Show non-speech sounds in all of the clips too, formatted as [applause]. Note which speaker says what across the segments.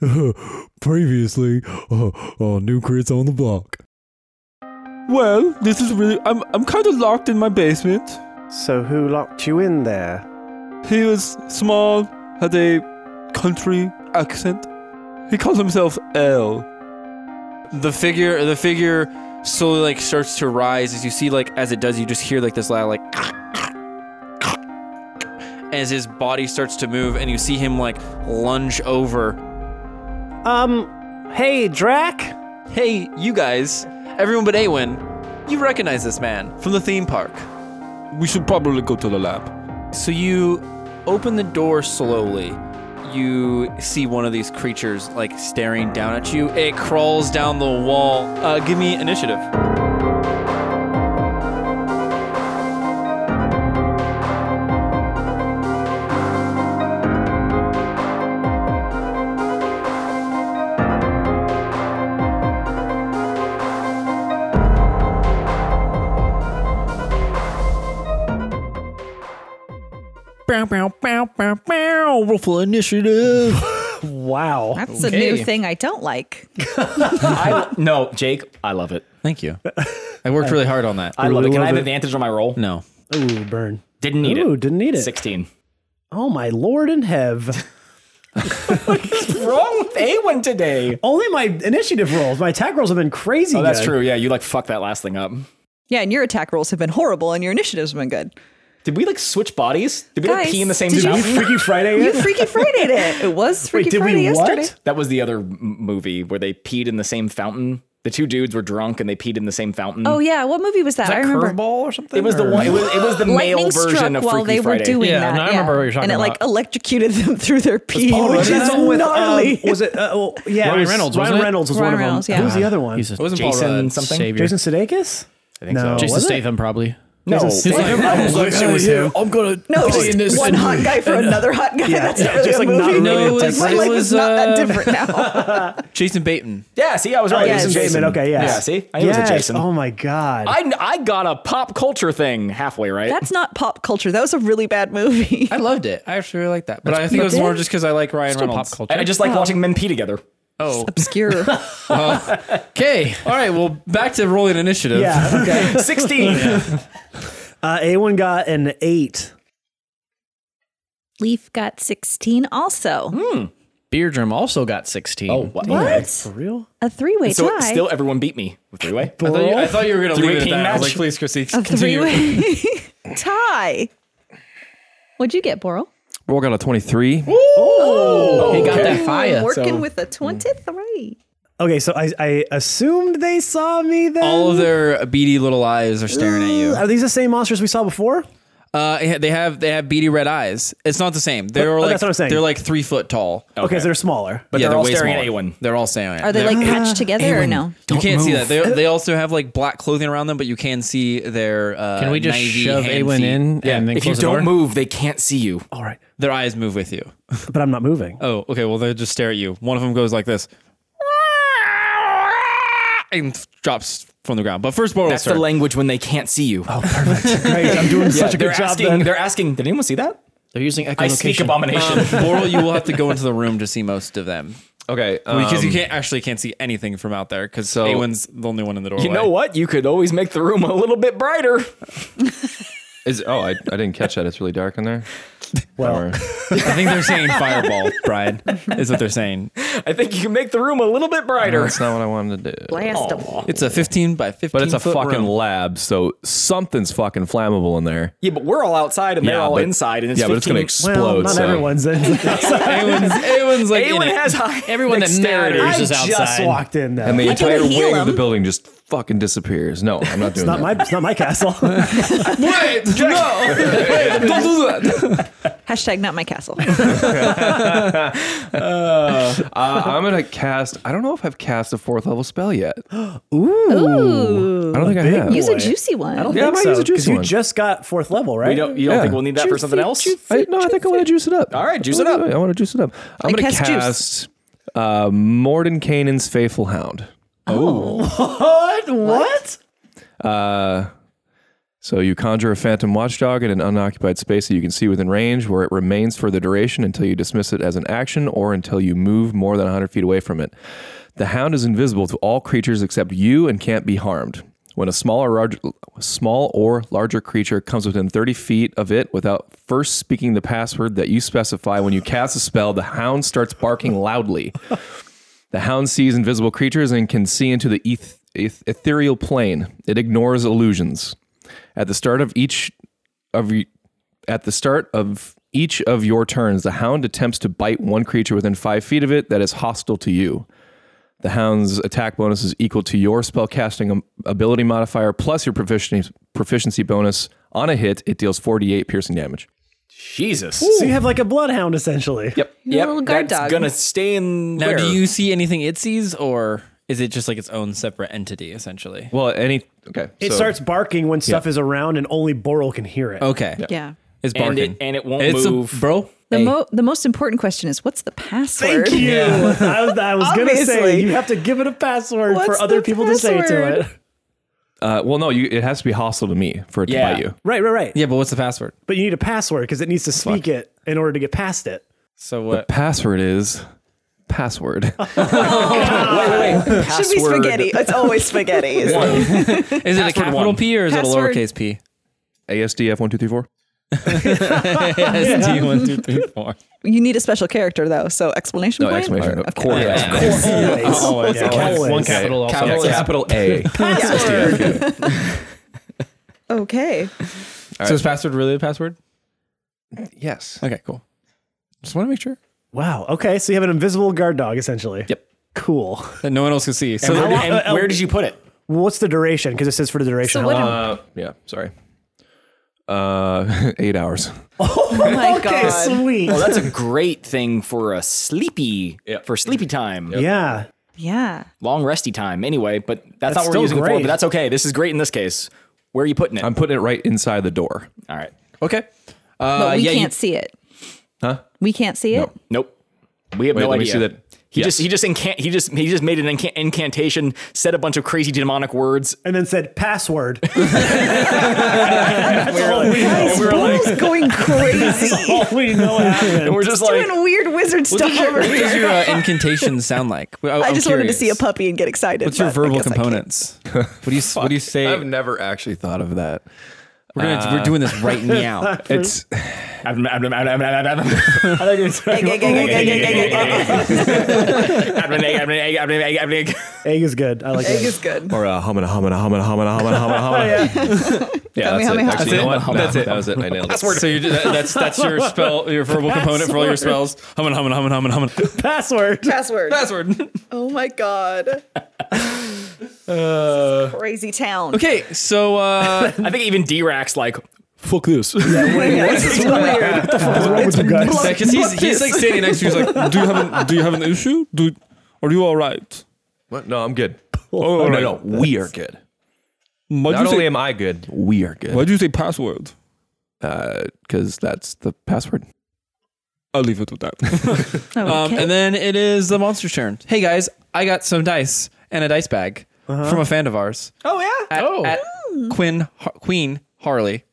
Speaker 1: [laughs] Previously, uh, on new crits on the block.
Speaker 2: Well, this is really. I'm, I'm kind of locked in my basement.
Speaker 3: So who locked you in there?
Speaker 2: He was small, had a country accent. He calls himself L.
Speaker 4: the figure the figure slowly like starts to rise as you see like as it does you just hear like this loud like as his body starts to move and you see him like lunge over
Speaker 3: Um, hey, Drac?
Speaker 4: hey you guys everyone but Awen you recognize this man from the theme park
Speaker 2: We should probably go to the lab.
Speaker 4: so you open the door slowly you see one of these creatures like staring down at you it crawls down the wall uh, give me initiative
Speaker 5: Bow, bow, bow, bow, bow. Roll for initiative.
Speaker 6: Wow.
Speaker 7: That's a new thing I don't like.
Speaker 6: I, no, Jake, I love it.
Speaker 4: [laughs] thank you I worked really hard on that
Speaker 6: I love it. Can I have advantage on my roll?
Speaker 4: no
Speaker 3: Ooh, Oh, burn.
Speaker 6: Didn't need
Speaker 3: Ooh,
Speaker 6: it.
Speaker 3: didn't need it.
Speaker 6: 16.
Speaker 3: Oh my lord in [laughs] hev.
Speaker 6: Wrong with A1 today.
Speaker 3: Only my initiative rolls. My attack rolls have been crazy.
Speaker 6: Oh, that's
Speaker 3: good.
Speaker 6: true. Yeah, you like fucked that last thing up.
Speaker 7: Yeah, and your attack rolls have been horrible and your initiatives have been good.
Speaker 6: Did we like switch bodies? Did we like
Speaker 7: Guys,
Speaker 6: pee in the same
Speaker 7: did you-
Speaker 3: Did we
Speaker 6: fountain?
Speaker 3: Freaky [laughs] Friday
Speaker 7: You
Speaker 3: it?
Speaker 7: Freaky Friday'd it. It was Freaky
Speaker 3: Wait, did
Speaker 7: Friday
Speaker 3: we what?
Speaker 7: yesterday.
Speaker 6: [laughs] That was the other m- movie where they peed in the same fountain. The two dudes were drunk and they peed in the same fountain.
Speaker 7: Oh yeah, what movie was that? I remember.
Speaker 6: or something? It was the one. It was, it was the male
Speaker 7: Lightning
Speaker 6: version
Speaker 7: struck
Speaker 6: of
Speaker 7: while
Speaker 6: Freaky
Speaker 7: they were
Speaker 6: Friday.
Speaker 7: doing
Speaker 5: Yeah,
Speaker 7: that.
Speaker 5: and I remember what you're talking
Speaker 7: And it like
Speaker 5: about.
Speaker 7: electrocuted them through their pee,
Speaker 3: Oh,
Speaker 7: which is
Speaker 3: that one with, um,
Speaker 7: gnarly.
Speaker 3: was it? Uh, [laughs] oh, yeah, it
Speaker 5: Ryan
Speaker 3: was-
Speaker 5: Reynolds,
Speaker 3: Ryan
Speaker 5: wasn't it?
Speaker 3: Reynolds was
Speaker 7: Ryan
Speaker 3: one
Speaker 7: Reynolds,
Speaker 3: of them.
Speaker 7: yeah.
Speaker 3: Who's the other one?
Speaker 5: He's a
Speaker 4: It wasn't Paul
Speaker 6: Jason
Speaker 4: Rudd.
Speaker 6: something?
Speaker 5: savior.
Speaker 3: Jason Sudeikis?
Speaker 6: I think
Speaker 4: Oh,
Speaker 3: No.
Speaker 6: so.
Speaker 5: Jason
Speaker 3: was it?
Speaker 5: Statham, probably.
Speaker 6: No,
Speaker 3: Jason
Speaker 6: I- I almost thought she was him.
Speaker 1: I'm gonna.
Speaker 7: no, just one hot guy for another hot guy. That's not really
Speaker 3: just,
Speaker 7: a
Speaker 3: like, not
Speaker 7: movie.
Speaker 3: really
Speaker 4: No, it was-
Speaker 7: my
Speaker 4: it
Speaker 7: life
Speaker 4: was,
Speaker 7: is not
Speaker 4: uh,
Speaker 7: that different now.
Speaker 4: Jason Bateman
Speaker 6: Yeah, see, I was right.
Speaker 7: yeah,
Speaker 6: It was
Speaker 7: it's
Speaker 6: Jason.
Speaker 3: Oh, Jason. Okay, yes.
Speaker 6: Yeah, see, I knew it
Speaker 3: yes.
Speaker 6: was a Jason.
Speaker 3: Oh my god.
Speaker 6: I, I got a pop culture thing halfway right.
Speaker 7: That's not pop culture. That was a really bad movie.
Speaker 4: I loved it. I actually really liked that. But I think it was more just because I like Ryan Reynolds.
Speaker 5: Pop culture.
Speaker 6: I I just like watching men
Speaker 7: [laughs]
Speaker 6: pee together.
Speaker 4: [laughs] Oh,
Speaker 7: Obscure.
Speaker 4: okay. All right. Well, back to rolling initiative.
Speaker 6: [laughs]
Speaker 3: yeah. Okay.
Speaker 6: Sixteen.
Speaker 3: [laughs] uh, A1 got an eight.
Speaker 7: Leaf got 16 also.
Speaker 5: Beardrum also got 16.
Speaker 6: Oh, what?
Speaker 7: What?
Speaker 3: Real?
Speaker 7: A three way
Speaker 6: So
Speaker 7: tie.
Speaker 6: still, everyone beat me with three way.
Speaker 4: I thought you, I thought you were gonna
Speaker 6: Three
Speaker 4: leave it at
Speaker 6: team
Speaker 4: that. I was
Speaker 6: match.
Speaker 4: like, please, Chrissy,
Speaker 7: a three
Speaker 4: continue.
Speaker 7: way tie. What'd you get, Boral?
Speaker 2: We're got a 23.
Speaker 5: he got that
Speaker 7: Ooh,
Speaker 5: fire.
Speaker 7: working
Speaker 6: so-
Speaker 7: with a 23.
Speaker 3: Okay, so I, I assumed they saw me then.
Speaker 4: All of their beady little eyes are staring at
Speaker 3: Are these the same monsters we saw before?
Speaker 4: you. Uh, they have they have beady red eyes. It's not the same. They're
Speaker 3: Oh,
Speaker 4: like
Speaker 3: that's what I'm saying.
Speaker 4: they're like three foot tall.
Speaker 3: Okay, so they're smaller.
Speaker 6: But
Speaker 4: yeah,
Speaker 6: they're all
Speaker 4: way
Speaker 6: staring at
Speaker 4: smaller.
Speaker 6: A1.
Speaker 4: They're all staring.
Speaker 7: Are they like patched together or no?
Speaker 4: You can't see that. They they also have like black clothing around them, but you can see their. Uh,
Speaker 5: Can we just
Speaker 4: 90
Speaker 5: shove
Speaker 4: hand
Speaker 5: A1
Speaker 4: feet.
Speaker 5: in and then
Speaker 6: if you
Speaker 5: close the
Speaker 6: don't
Speaker 5: door?
Speaker 6: move, they can't see you.
Speaker 3: All right,
Speaker 4: Their eyes move with you.
Speaker 3: but I'm not moving.
Speaker 4: Oh, okay. Well, they just stare at you. One of them goes like this and drops from the ground. But first, Boral
Speaker 6: That's the language when they can't see you. Oh,
Speaker 3: Great, I'm doing such a
Speaker 6: they're
Speaker 3: good job
Speaker 6: asking.
Speaker 3: then.
Speaker 6: They're asking. Did anyone see that?
Speaker 5: They're using echolocation.
Speaker 6: I speak abomination.
Speaker 4: Um, Boral, you will have to go into the room to see most of them
Speaker 2: Okay.
Speaker 4: [laughs] because you
Speaker 2: um,
Speaker 4: can't actually can't see anything from out there because
Speaker 2: So-
Speaker 4: Awen's the only one in the doorway.
Speaker 6: you know what? You could always make the room a little bit brighter.
Speaker 2: Is oh, I, I didn't catch that. It's really dark in there.
Speaker 3: Well,
Speaker 2: Or-
Speaker 4: [laughs] I think they're saying fireball, Brian. Is what they're saying.
Speaker 6: I think you can make the room a little bit brighter.
Speaker 2: that's not what I wanted to do.
Speaker 7: Blast them.
Speaker 4: It's a 15 by 15.
Speaker 1: But it's a
Speaker 4: foot
Speaker 1: fucking
Speaker 4: room.
Speaker 1: lab, so something's fucking flammable in there.
Speaker 6: Yeah, but we're all outside and they're all
Speaker 1: but-
Speaker 6: inside, and it's
Speaker 1: yeah, but it's gonna
Speaker 6: 15
Speaker 1: explode.
Speaker 3: well, not
Speaker 1: so.
Speaker 3: everyone's in.
Speaker 4: Awen's, Awen's like in
Speaker 6: Anyone
Speaker 4: it.
Speaker 6: has high
Speaker 5: Everyone that
Speaker 6: dexterity.
Speaker 5: matters
Speaker 3: I
Speaker 5: is
Speaker 3: just
Speaker 5: outside.
Speaker 3: walked in though.
Speaker 1: and the
Speaker 7: Like, can we
Speaker 1: entire
Speaker 7: heal
Speaker 1: wing of the
Speaker 7: him?
Speaker 1: building just fucking disappears. No, I'm not
Speaker 3: it's
Speaker 1: doing
Speaker 3: not
Speaker 1: that.
Speaker 3: my. It's not my castle. All
Speaker 4: Wait,
Speaker 1: [laughs]
Speaker 4: no, don't do that.
Speaker 7: Hashtag not my castle.
Speaker 1: uh, I'm gonna cast. I don't know if I've cast a fourth level spell yet. I
Speaker 7: [laughs] Ooh.
Speaker 1: don't think I have.
Speaker 7: Use a juicy one.
Speaker 3: I don't
Speaker 1: Yeah, I
Speaker 3: think
Speaker 1: might
Speaker 3: so.
Speaker 1: use a juicy
Speaker 3: 'cause you
Speaker 1: one.
Speaker 3: just got fourth level, right?
Speaker 6: We don't, you don't
Speaker 1: Yeah.
Speaker 6: think we'll need that for something else?
Speaker 1: I, no, I think I want to juice it up.
Speaker 6: All right, juice
Speaker 1: I
Speaker 6: it
Speaker 1: wanna-
Speaker 6: up.
Speaker 1: I want to juice it up. I'm
Speaker 7: I
Speaker 1: gonna
Speaker 7: cast juice.
Speaker 1: cast uh, Morden Kanan's Faithful Hound.
Speaker 3: What? What?
Speaker 1: Uh, So you conjure a phantom watchdog in an unoccupied space that you can see within range, where it remains for the duration until you dismiss it as an action or until you move more than 100 feet away from it. The hound is invisible to all creatures except you and can't be harmed. When a small or, large, small or larger creature comes within 30 feet of it without first speaking the password that you specify when you cast a spell, the hound starts barking loudly. The hound sees invisible creatures and can see into the eth- eth- ethereal plane. It ignores illusions. At the start of each of y- at the start of each of your turns, the hound attempts to bite one creature within five feet of it that is hostile to you. The hound's attack bonus is equal to your spellcasting am- ability modifier plus your proficiency proficiency bonus. On a hit, it deals 48 piercing damage.
Speaker 6: Jesus.
Speaker 3: So you have like a bloodhound essentially.
Speaker 6: Yep. Yep.
Speaker 7: little guard
Speaker 6: that's
Speaker 7: dog.
Speaker 6: gonna stay in.
Speaker 4: Now,
Speaker 6: where?
Speaker 4: do you see anything it sees, or is it just like its own separate entity, essentially?
Speaker 1: Well, any okay.
Speaker 3: It
Speaker 1: so-
Speaker 3: starts barking when stuff is around and only Boral can hear it.
Speaker 4: Okay.
Speaker 7: Yeah.
Speaker 4: It's
Speaker 6: And
Speaker 4: barking.
Speaker 6: it, and it won't
Speaker 4: it's
Speaker 6: move.
Speaker 4: A, bro.
Speaker 7: The,
Speaker 4: hey,
Speaker 7: mo- the most important question is what's the
Speaker 3: [laughs]
Speaker 7: password?
Speaker 3: Thank you. [laughs] I was, I was gonna say
Speaker 7: Obviously.
Speaker 3: you have to give it a password
Speaker 7: What's
Speaker 3: for other
Speaker 7: the
Speaker 3: people to say to
Speaker 7: password?
Speaker 3: it.
Speaker 1: Uh, well, no, you, it has to be hostile to me for it to
Speaker 6: Yeah.
Speaker 1: bite you.
Speaker 3: Right, right, right.
Speaker 4: Yeah, but what's the password?
Speaker 3: But you need a password because it needs to speak it in order to get past it.
Speaker 4: So
Speaker 1: The
Speaker 4: what?
Speaker 1: password is [laughs] password.
Speaker 6: Wait, wait, wait.
Speaker 7: [laughs] Should be
Speaker 6: Password
Speaker 7: spaghetti. It's always spaghetti.
Speaker 6: [laughs]
Speaker 7: isn't it?
Speaker 4: Is it a
Speaker 6: Password
Speaker 4: capital
Speaker 6: one.
Speaker 4: P or is it
Speaker 7: Password.
Speaker 4: a lowercase
Speaker 7: [laughs]
Speaker 4: p?
Speaker 1: ASDF one two three four.
Speaker 4: S D one two three four.
Speaker 7: You need a special character though, so explanation
Speaker 1: No
Speaker 7: point.
Speaker 1: explanation.
Speaker 7: Or-
Speaker 1: Of course.
Speaker 7: okay.
Speaker 3: Always. Yeah, always.
Speaker 1: capital
Speaker 6: also. Capital S.
Speaker 1: capital [laughs] A.
Speaker 7: Password. okay.
Speaker 4: So is password really a password?
Speaker 1: yes.
Speaker 4: Okay, cool. Just want to make sure
Speaker 3: Wow. Okay. So you have an invisible guard dog essentially.
Speaker 1: Yep.
Speaker 3: Cool.
Speaker 4: that no one else can see. So
Speaker 6: Where,
Speaker 3: How-
Speaker 6: and
Speaker 3: uh,
Speaker 6: where did you put it?
Speaker 3: Well, what's the duration? Because it says for the duration. how
Speaker 7: So what
Speaker 3: long?
Speaker 1: Uh, yeah. Sorry. Uh, [laughs] eight hours.
Speaker 7: Oh my
Speaker 3: okay.
Speaker 7: god.
Speaker 3: Sweet.
Speaker 6: Well, that's a great thing for a sleepy for sleepy time,
Speaker 3: yeah.
Speaker 7: Yeah.
Speaker 6: long resty time. Anyway, but that's, not what
Speaker 3: still
Speaker 6: we're using it for.
Speaker 3: great.
Speaker 6: But that's okay. This is great in this case. Where are you putting it?
Speaker 1: I'm putting it right inside the door.
Speaker 6: All right.
Speaker 4: okay.
Speaker 7: But we
Speaker 4: yeah, you-
Speaker 7: can't see it. Huh? We can't see it?
Speaker 6: Nope. We have
Speaker 1: Wait,
Speaker 6: no
Speaker 1: let me
Speaker 6: idea.
Speaker 1: see that.
Speaker 6: He
Speaker 1: Yes.
Speaker 6: just he just incant he just he just made an inca- incantation, said a bunch of crazy demonic words.
Speaker 3: And then said password. [laughs] that's all we
Speaker 7: Guys,
Speaker 3: know.
Speaker 7: Bull's going crazy.
Speaker 3: [laughs] All we know happened.
Speaker 6: We're just like
Speaker 7: Doing weird wizard stuff over
Speaker 4: What
Speaker 7: here.
Speaker 4: does your uh, incantation sound like? I,
Speaker 7: I
Speaker 4: I'm
Speaker 7: just wanted to
Speaker 4: curious.
Speaker 7: see a puppy and get excited.
Speaker 4: What's your
Speaker 7: but I
Speaker 4: verbal
Speaker 7: guess I can't.
Speaker 4: components? What do you What do you say?
Speaker 1: I've never actually thought of that.
Speaker 4: we're, gonna, we're doing this [laughs] right now.
Speaker 1: It's [laughs]
Speaker 7: Egg, egg, egg, egg, egg, egg, egg, egg, egg.
Speaker 3: Egg is good. I like
Speaker 7: Egg
Speaker 3: egg.
Speaker 7: is good.
Speaker 1: or uh, humana humana humana humana humana humana [laughs] humana. Oh, Yeah,
Speaker 7: Hummy,
Speaker 1: that's it.
Speaker 7: hummy,
Speaker 1: Actually,
Speaker 7: hum.
Speaker 1: you know what? That's it. That was it. I nailed it.
Speaker 4: So you that, that's that's your spell, your verbal component for all your spells. Humming, humming, humming, humming, humming.
Speaker 3: Password.
Speaker 7: Password.
Speaker 4: Password.
Speaker 7: Oh my god. Crazy town.
Speaker 4: Okay, so
Speaker 6: [laughs]
Speaker 4: uh,
Speaker 6: [laughs] I think even D-Rax like
Speaker 2: Fuck this.
Speaker 7: This is weird.
Speaker 4: yeah, 'cause he's he's like standing next to you, he's like,
Speaker 2: do you have an, do you have an issue? Do are you all right?
Speaker 1: What? No, I'm good.
Speaker 2: Oh,
Speaker 1: Oh, no, no, we are good.
Speaker 2: Why do
Speaker 1: Not
Speaker 2: you
Speaker 1: only
Speaker 2: say
Speaker 1: am I good, we
Speaker 2: why
Speaker 1: are good.
Speaker 2: do you say password?
Speaker 1: Because that's the password.
Speaker 2: I'll leave it with that.
Speaker 4: um, and then it is the monster's turn. Hey guys, I got some dice and a dice bag from a fan of ours. Oh yeah. At, at Quinn Har- Queen Harley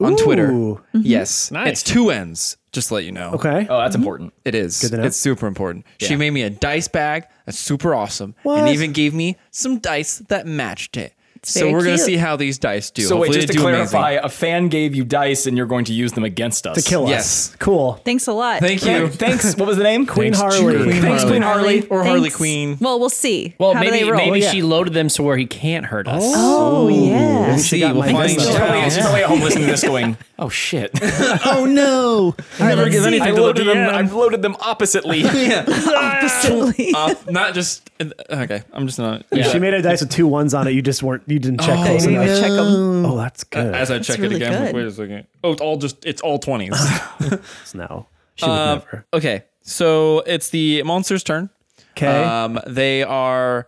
Speaker 4: on Twitter.
Speaker 3: Ooh.
Speaker 4: Yes,
Speaker 2: Nice.
Speaker 4: It's two N's. Just to let you know.
Speaker 3: Okay.
Speaker 6: Oh, that's important.
Speaker 4: It is.
Speaker 3: to know.
Speaker 4: It's super important. She made me a dice bag that's super awesome,
Speaker 3: What?
Speaker 4: and even gave me some dice that matched it. so
Speaker 7: very
Speaker 4: we're gonna
Speaker 7: cute.
Speaker 4: see how these dice do.
Speaker 6: So wait,
Speaker 4: Hopefully
Speaker 6: just
Speaker 4: they
Speaker 6: to
Speaker 4: do
Speaker 6: clarify,
Speaker 4: amazing.
Speaker 6: a fan gave you dice and you're going to use them against us.
Speaker 3: To kill us.
Speaker 4: Yes.
Speaker 3: Cool.
Speaker 7: Thanks a lot.
Speaker 4: Thank you.
Speaker 6: Thanks. What was the name?
Speaker 3: Queen Harley.
Speaker 4: Queen
Speaker 6: Thanks, Queen Harley.
Speaker 4: or Harley
Speaker 7: Thanks.
Speaker 4: Queen.
Speaker 7: Well, we'll see.
Speaker 8: Well,
Speaker 7: How do
Speaker 8: maybe
Speaker 7: they roll?
Speaker 8: maybe
Speaker 3: yeah.
Speaker 8: she loaded them so where he can't hurt us.
Speaker 7: Oh yeah.
Speaker 3: She
Speaker 4: See,
Speaker 3: got
Speaker 4: we'll
Speaker 3: my
Speaker 4: find
Speaker 3: best
Speaker 6: She's
Speaker 4: out.
Speaker 3: stuff.
Speaker 6: probably, she's
Speaker 4: [laughs]
Speaker 6: probably at home listening to this going, oh shit.
Speaker 8: Oh no!
Speaker 7: All right, let's see.
Speaker 6: [laughs] I loaded them, I've loaded them oppositely.
Speaker 7: Oppositely.
Speaker 4: Uh, not just okay. I'm just not. Yeah.
Speaker 3: She made a dice with two ones on it. You just weren't. You didn't check
Speaker 7: Okay,
Speaker 3: close
Speaker 7: we need
Speaker 3: enough.
Speaker 7: to check 'em.
Speaker 3: Oh, that's good.
Speaker 4: As I check
Speaker 7: really
Speaker 4: it again, I'm like,
Speaker 7: good.
Speaker 4: wait a second. Oh, it's all just it's all twenties.
Speaker 3: now. She would never.
Speaker 4: [laughs] okay, so it's the monster's turn.
Speaker 3: Okay.
Speaker 4: Um, they are.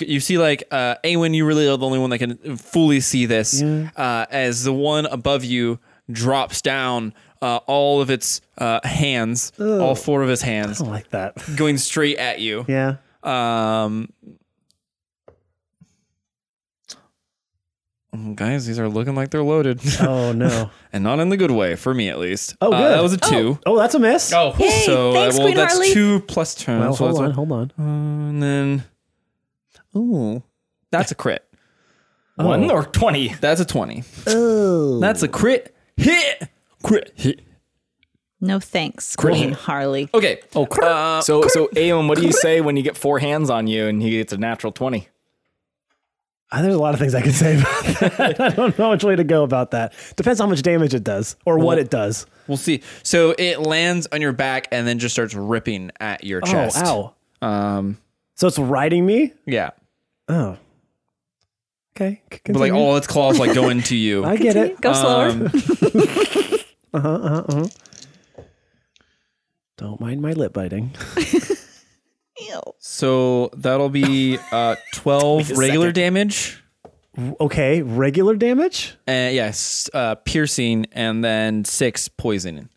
Speaker 4: You see, like uh, Awen, you really are the only one that can fully see this. Uh, as the one above you drops down, uh, all of its uh, hands, all four of his hands,
Speaker 3: I don't like that.
Speaker 4: going straight at you.
Speaker 3: Yeah.
Speaker 4: Um, Guys, these are looking like they're loaded. [laughs]
Speaker 3: Oh no.
Speaker 4: and not in the good way, for me at least.
Speaker 3: Oh,
Speaker 4: Uh,
Speaker 3: good.
Speaker 4: that was a two.
Speaker 3: Oh, that's a miss.
Speaker 7: Yay,
Speaker 4: so, uh,
Speaker 7: thanks,
Speaker 4: well,
Speaker 7: Queen
Speaker 4: that's
Speaker 7: Harley.
Speaker 4: two plus turns.
Speaker 3: Well,
Speaker 4: so
Speaker 3: hold
Speaker 4: that's
Speaker 3: on,
Speaker 4: a-
Speaker 3: hold on.
Speaker 4: and then, ooh, that's a crit.
Speaker 6: One or 20.
Speaker 4: That's a 20. Oh. That's a crit hit. Crit hit.
Speaker 7: No thanks, Queen Harley.
Speaker 4: Okay. Oh, uh,
Speaker 6: So, so Aon, what do you say when you get four hands on you and he gets a natural 20?
Speaker 3: Uh, There's a lot of things I could say about [laughs] that. I don't know which way to go about that. Depends how much damage it does or what it does.
Speaker 4: we'll see. So it lands on your back and then just starts ripping at your chest.
Speaker 3: Oh,
Speaker 4: ow. Um,
Speaker 3: So it's riding me?
Speaker 4: yeah.
Speaker 3: Oh. Okay. c-
Speaker 4: But like
Speaker 3: continue.
Speaker 4: all its claws like go into you.
Speaker 3: [laughs] I get it.
Speaker 7: [laughs] Go slower.
Speaker 3: Don't mind my lip biting. [laughs]
Speaker 7: Ew.
Speaker 4: So that'll
Speaker 3: [laughs]
Speaker 4: be uh, 12 regular damage.
Speaker 3: Okay, regular damage?
Speaker 4: And yes, uh, piercing and then six poisoning.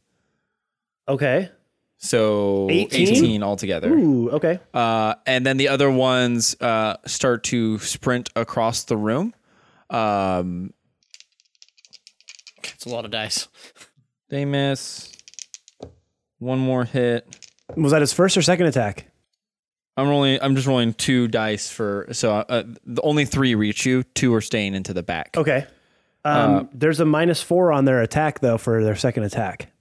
Speaker 3: Okay.
Speaker 4: So
Speaker 3: 18?
Speaker 4: 18 altogether.
Speaker 3: Ooh, okay.
Speaker 4: Uh, and then the other ones uh, start to sprint across the room. Um,
Speaker 5: It's a lot of dice.
Speaker 4: they miss. One more hit.
Speaker 3: Was that his first or second attack?
Speaker 4: I'm rolling. I'm just rolling two dice for. So uh, the only three reach you. Two are staying into the back.
Speaker 3: Okay. Um,
Speaker 4: Uh,
Speaker 3: there's a minus four on their attack, though, for their second attack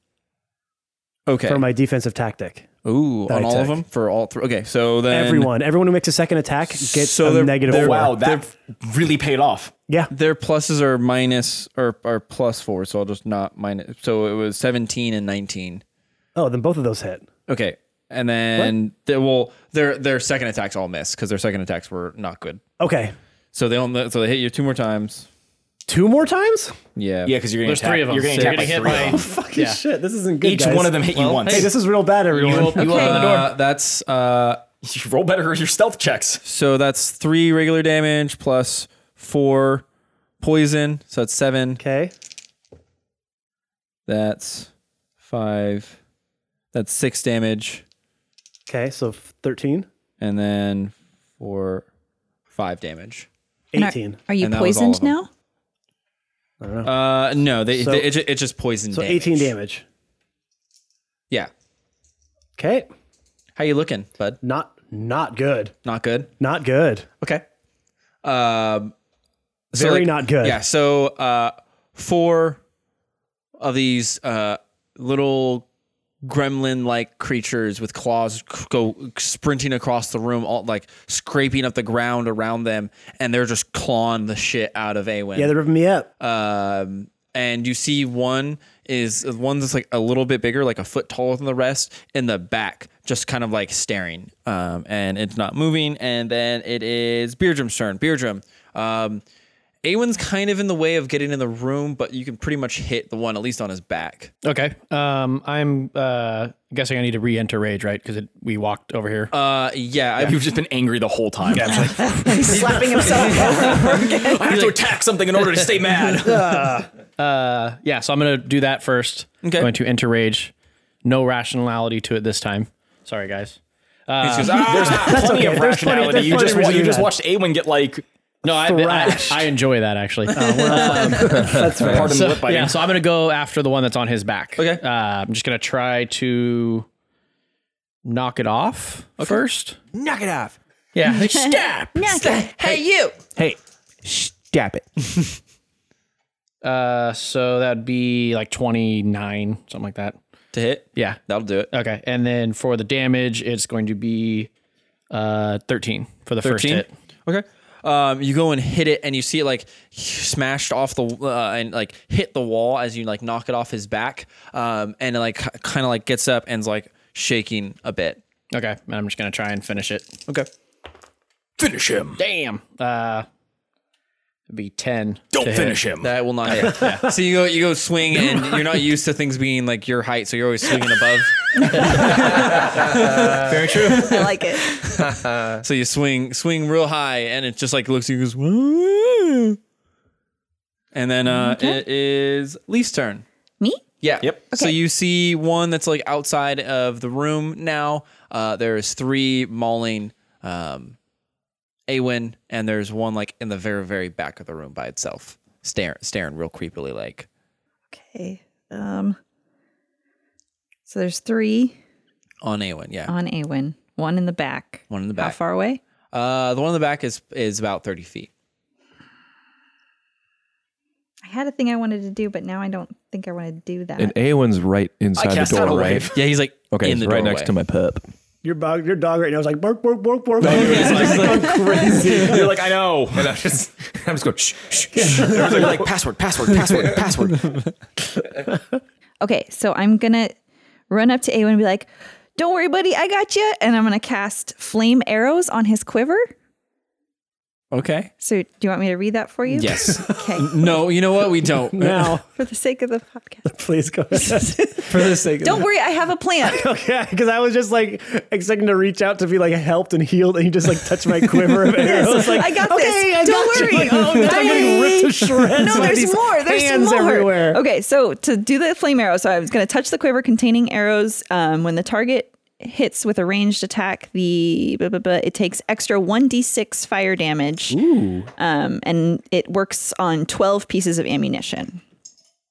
Speaker 4: Okay.
Speaker 3: for my defensive tactic.
Speaker 4: Ooh,
Speaker 3: that
Speaker 4: on all
Speaker 3: attack.
Speaker 4: of them for all three. Okay, so then
Speaker 3: everyone, everyone who makes a second attack gets
Speaker 4: So
Speaker 3: a
Speaker 4: they're-
Speaker 3: negative
Speaker 4: they're-
Speaker 3: four.
Speaker 6: Wow, that really paid off.
Speaker 3: Yeah.
Speaker 4: Their pluses are minus or are plus four, so I'll just not minus. So it was seventeen and nineteen.
Speaker 3: Oh, then both of those hit.
Speaker 4: Okay, and then they will their their second attacks all miss because their second attacks were not good.
Speaker 3: Okay.
Speaker 4: So they only so they hit you two more times.
Speaker 3: Two more times? [laughs]
Speaker 4: Yeah,
Speaker 6: Yeah, because you're going
Speaker 5: There's
Speaker 6: to attack.
Speaker 5: three of them.
Speaker 6: You're
Speaker 5: so
Speaker 6: going to
Speaker 5: you're
Speaker 6: attack
Speaker 5: gonna
Speaker 6: by three.
Speaker 5: hit by.
Speaker 3: Fucking
Speaker 5: Yeah.
Speaker 3: shit. This isn't good.
Speaker 6: Each
Speaker 3: guys.
Speaker 6: one of them hit you once.
Speaker 3: Hey, this is real bad,
Speaker 5: You,
Speaker 3: everyone.
Speaker 5: op- you open the door.
Speaker 4: Uh, that's uh.
Speaker 6: [laughs] You roll better your stealth checks.
Speaker 4: So that's three regular damage plus four poison. So that's seven.
Speaker 3: [laughs] Okay.
Speaker 4: That's five. That's six damage.
Speaker 3: Okay. So f- 13,
Speaker 4: and then for five damage.
Speaker 7: And are-
Speaker 3: 18.
Speaker 7: Are, you
Speaker 4: And that was all of
Speaker 7: poisoned now?
Speaker 4: Uh, no, they,
Speaker 3: So-
Speaker 4: they it, ju- it's just poison.
Speaker 3: So
Speaker 4: damage.
Speaker 3: 18 damage.
Speaker 4: Yeah.
Speaker 3: Okay.
Speaker 4: How you looking, bud?
Speaker 3: Not not good.
Speaker 4: Not good.
Speaker 3: Not good.
Speaker 4: Okay. Um, so,
Speaker 3: Very
Speaker 4: like,
Speaker 3: not good.
Speaker 4: Yeah. So uh, four of these uh little gremlin-like creatures with claws c- go sprinting across the room, all like scraping up the ground around them, and they're just clawing the shit out of Awen.
Speaker 3: Yeah, they're ripping me up.
Speaker 4: um, and you see one is one that's like a little bit bigger, like a foot taller than the rest, in the back, just kind of like staring, um, and it's not moving. And then it is Beardrum's turn. Beardrum, um, Awen's kind of in the way of getting in the room, but you can pretty much hit the one at least on his back.
Speaker 5: Okay. Um, I'm uh, guessing I need to re-enter rage, right? Because we walked over here.
Speaker 4: Uh, yeah, I,
Speaker 6: You've just been angry the whole [laughs] time.
Speaker 7: Slapping himself.
Speaker 6: I have to attack something in order to stay mad.
Speaker 5: yeah. So I'm gonna do that first.
Speaker 4: Okay.
Speaker 5: Going to enter rage. No rationality to it this time. Sorry, guys.
Speaker 4: he just goes, "Ah!"
Speaker 6: plenty of
Speaker 3: There's plenty-
Speaker 6: rationality.
Speaker 3: there's
Speaker 6: you just
Speaker 3: plenty
Speaker 6: wa-
Speaker 3: of
Speaker 6: you just
Speaker 3: reason.
Speaker 6: watched Awen get like
Speaker 5: No, I, I,
Speaker 3: Thrashed.
Speaker 5: I enjoy that actually.
Speaker 3: That's fair.
Speaker 6: part of the
Speaker 5: so,
Speaker 6: lip biting.
Speaker 5: yeah, so I'm gonna go after the one that's on his back.
Speaker 4: Okay.
Speaker 5: Uh, I'm just gonna try to knock it off first. Knock it off. Yeah. Stab.
Speaker 7: hey, you.
Speaker 8: Dap it.
Speaker 5: Uh, so that'd be like 29, something like that.
Speaker 4: to hit.
Speaker 5: Yeah.
Speaker 4: That'll do it.
Speaker 5: Okay. And then for the damage, it's going to be uh 13 for the first
Speaker 4: 13?
Speaker 5: hit.
Speaker 4: Okay. Um, you go and hit it, and you see it like smashed off the uh, and like hit the wall as you like knock it off his back. Um, and it, like kind of like gets up and's like shaking a bit.
Speaker 5: Okay. And I'm just gonna try and finish it.
Speaker 4: Okay.
Speaker 6: finish him.
Speaker 5: Damn. Uh, it'd be 10.
Speaker 6: Don't
Speaker 5: to hit.
Speaker 6: finish him.
Speaker 4: That will not hit. [laughs] So you go you go swing, and you're not used to things being like your height, so you're always swinging above.
Speaker 7: I like it.
Speaker 4: so you swing swing real high, and it just like looks at you and goes. "Whoa." And then uh, it is Leaf's turn.
Speaker 7: [laughs] Me?
Speaker 4: Yeah. Yep. So
Speaker 7: Okay.
Speaker 4: you see one that's like outside of the room now. Uh, there's three mauling um, Awen, and there's one like in the very, very back of the room by itself.
Speaker 9: staring, staring real creepily, like
Speaker 7: Okay. Um. So there's three
Speaker 9: on Awen. Yeah,
Speaker 7: on Awen, one in the back.
Speaker 9: one in the
Speaker 7: How
Speaker 9: back.
Speaker 7: far away?
Speaker 9: Uh, the one in the back is is about thirty feet.
Speaker 7: I had a thing I wanted to do, but now I don't think I want to do that.
Speaker 1: And Awen's right inside the
Speaker 6: cast out a
Speaker 1: door, right?
Speaker 6: wave.
Speaker 9: Yeah, he's like
Speaker 1: Okay,
Speaker 9: in
Speaker 1: he's
Speaker 9: the
Speaker 1: right next to
Speaker 9: doorway.
Speaker 1: my pup.
Speaker 3: [laughs] Your, bug, your dog right now is like, bark, bark, bark, bark. bark."
Speaker 6: You're like, I know. And I'm just,
Speaker 1: I'm just going, shh, shh,
Speaker 6: you're like, password, password, password, password.
Speaker 7: Okay, so I'm gonna run up to Awen and be like, "Don't worry, buddy, I got you." And I'm gonna cast flame arrows on his quiver.
Speaker 9: Okay.
Speaker 7: So, do you want me to read that for you?
Speaker 9: Yes.
Speaker 7: Okay.
Speaker 9: No, you know what? We don't.
Speaker 3: [laughs] Now, [laughs]
Speaker 7: For the sake of the podcast.
Speaker 3: please go ahead.
Speaker 9: For the sake of
Speaker 7: Don't worry, I have a plan.
Speaker 3: [laughs] okay, because I was just like expecting to reach out to be like helped and healed, and you just like touched my quiver [laughs] of arrows. like,
Speaker 7: I got
Speaker 3: okay,
Speaker 7: this.
Speaker 3: I
Speaker 7: Don't
Speaker 3: got you."
Speaker 7: worry.
Speaker 3: Like, oh, no, [laughs] I'm getting ripped to shreds.
Speaker 7: No,
Speaker 3: by
Speaker 7: there's
Speaker 3: these
Speaker 7: more. There's
Speaker 3: hands
Speaker 7: more.
Speaker 3: everywhere.
Speaker 7: Okay, so to do the flame arrow, so I was going to touch the quiver containing arrows. Um, when the target hits with a ranged attack, the blah, blah, blah, it takes extra one d6 fire damage. Um, and it works on twelve pieces of ammunition.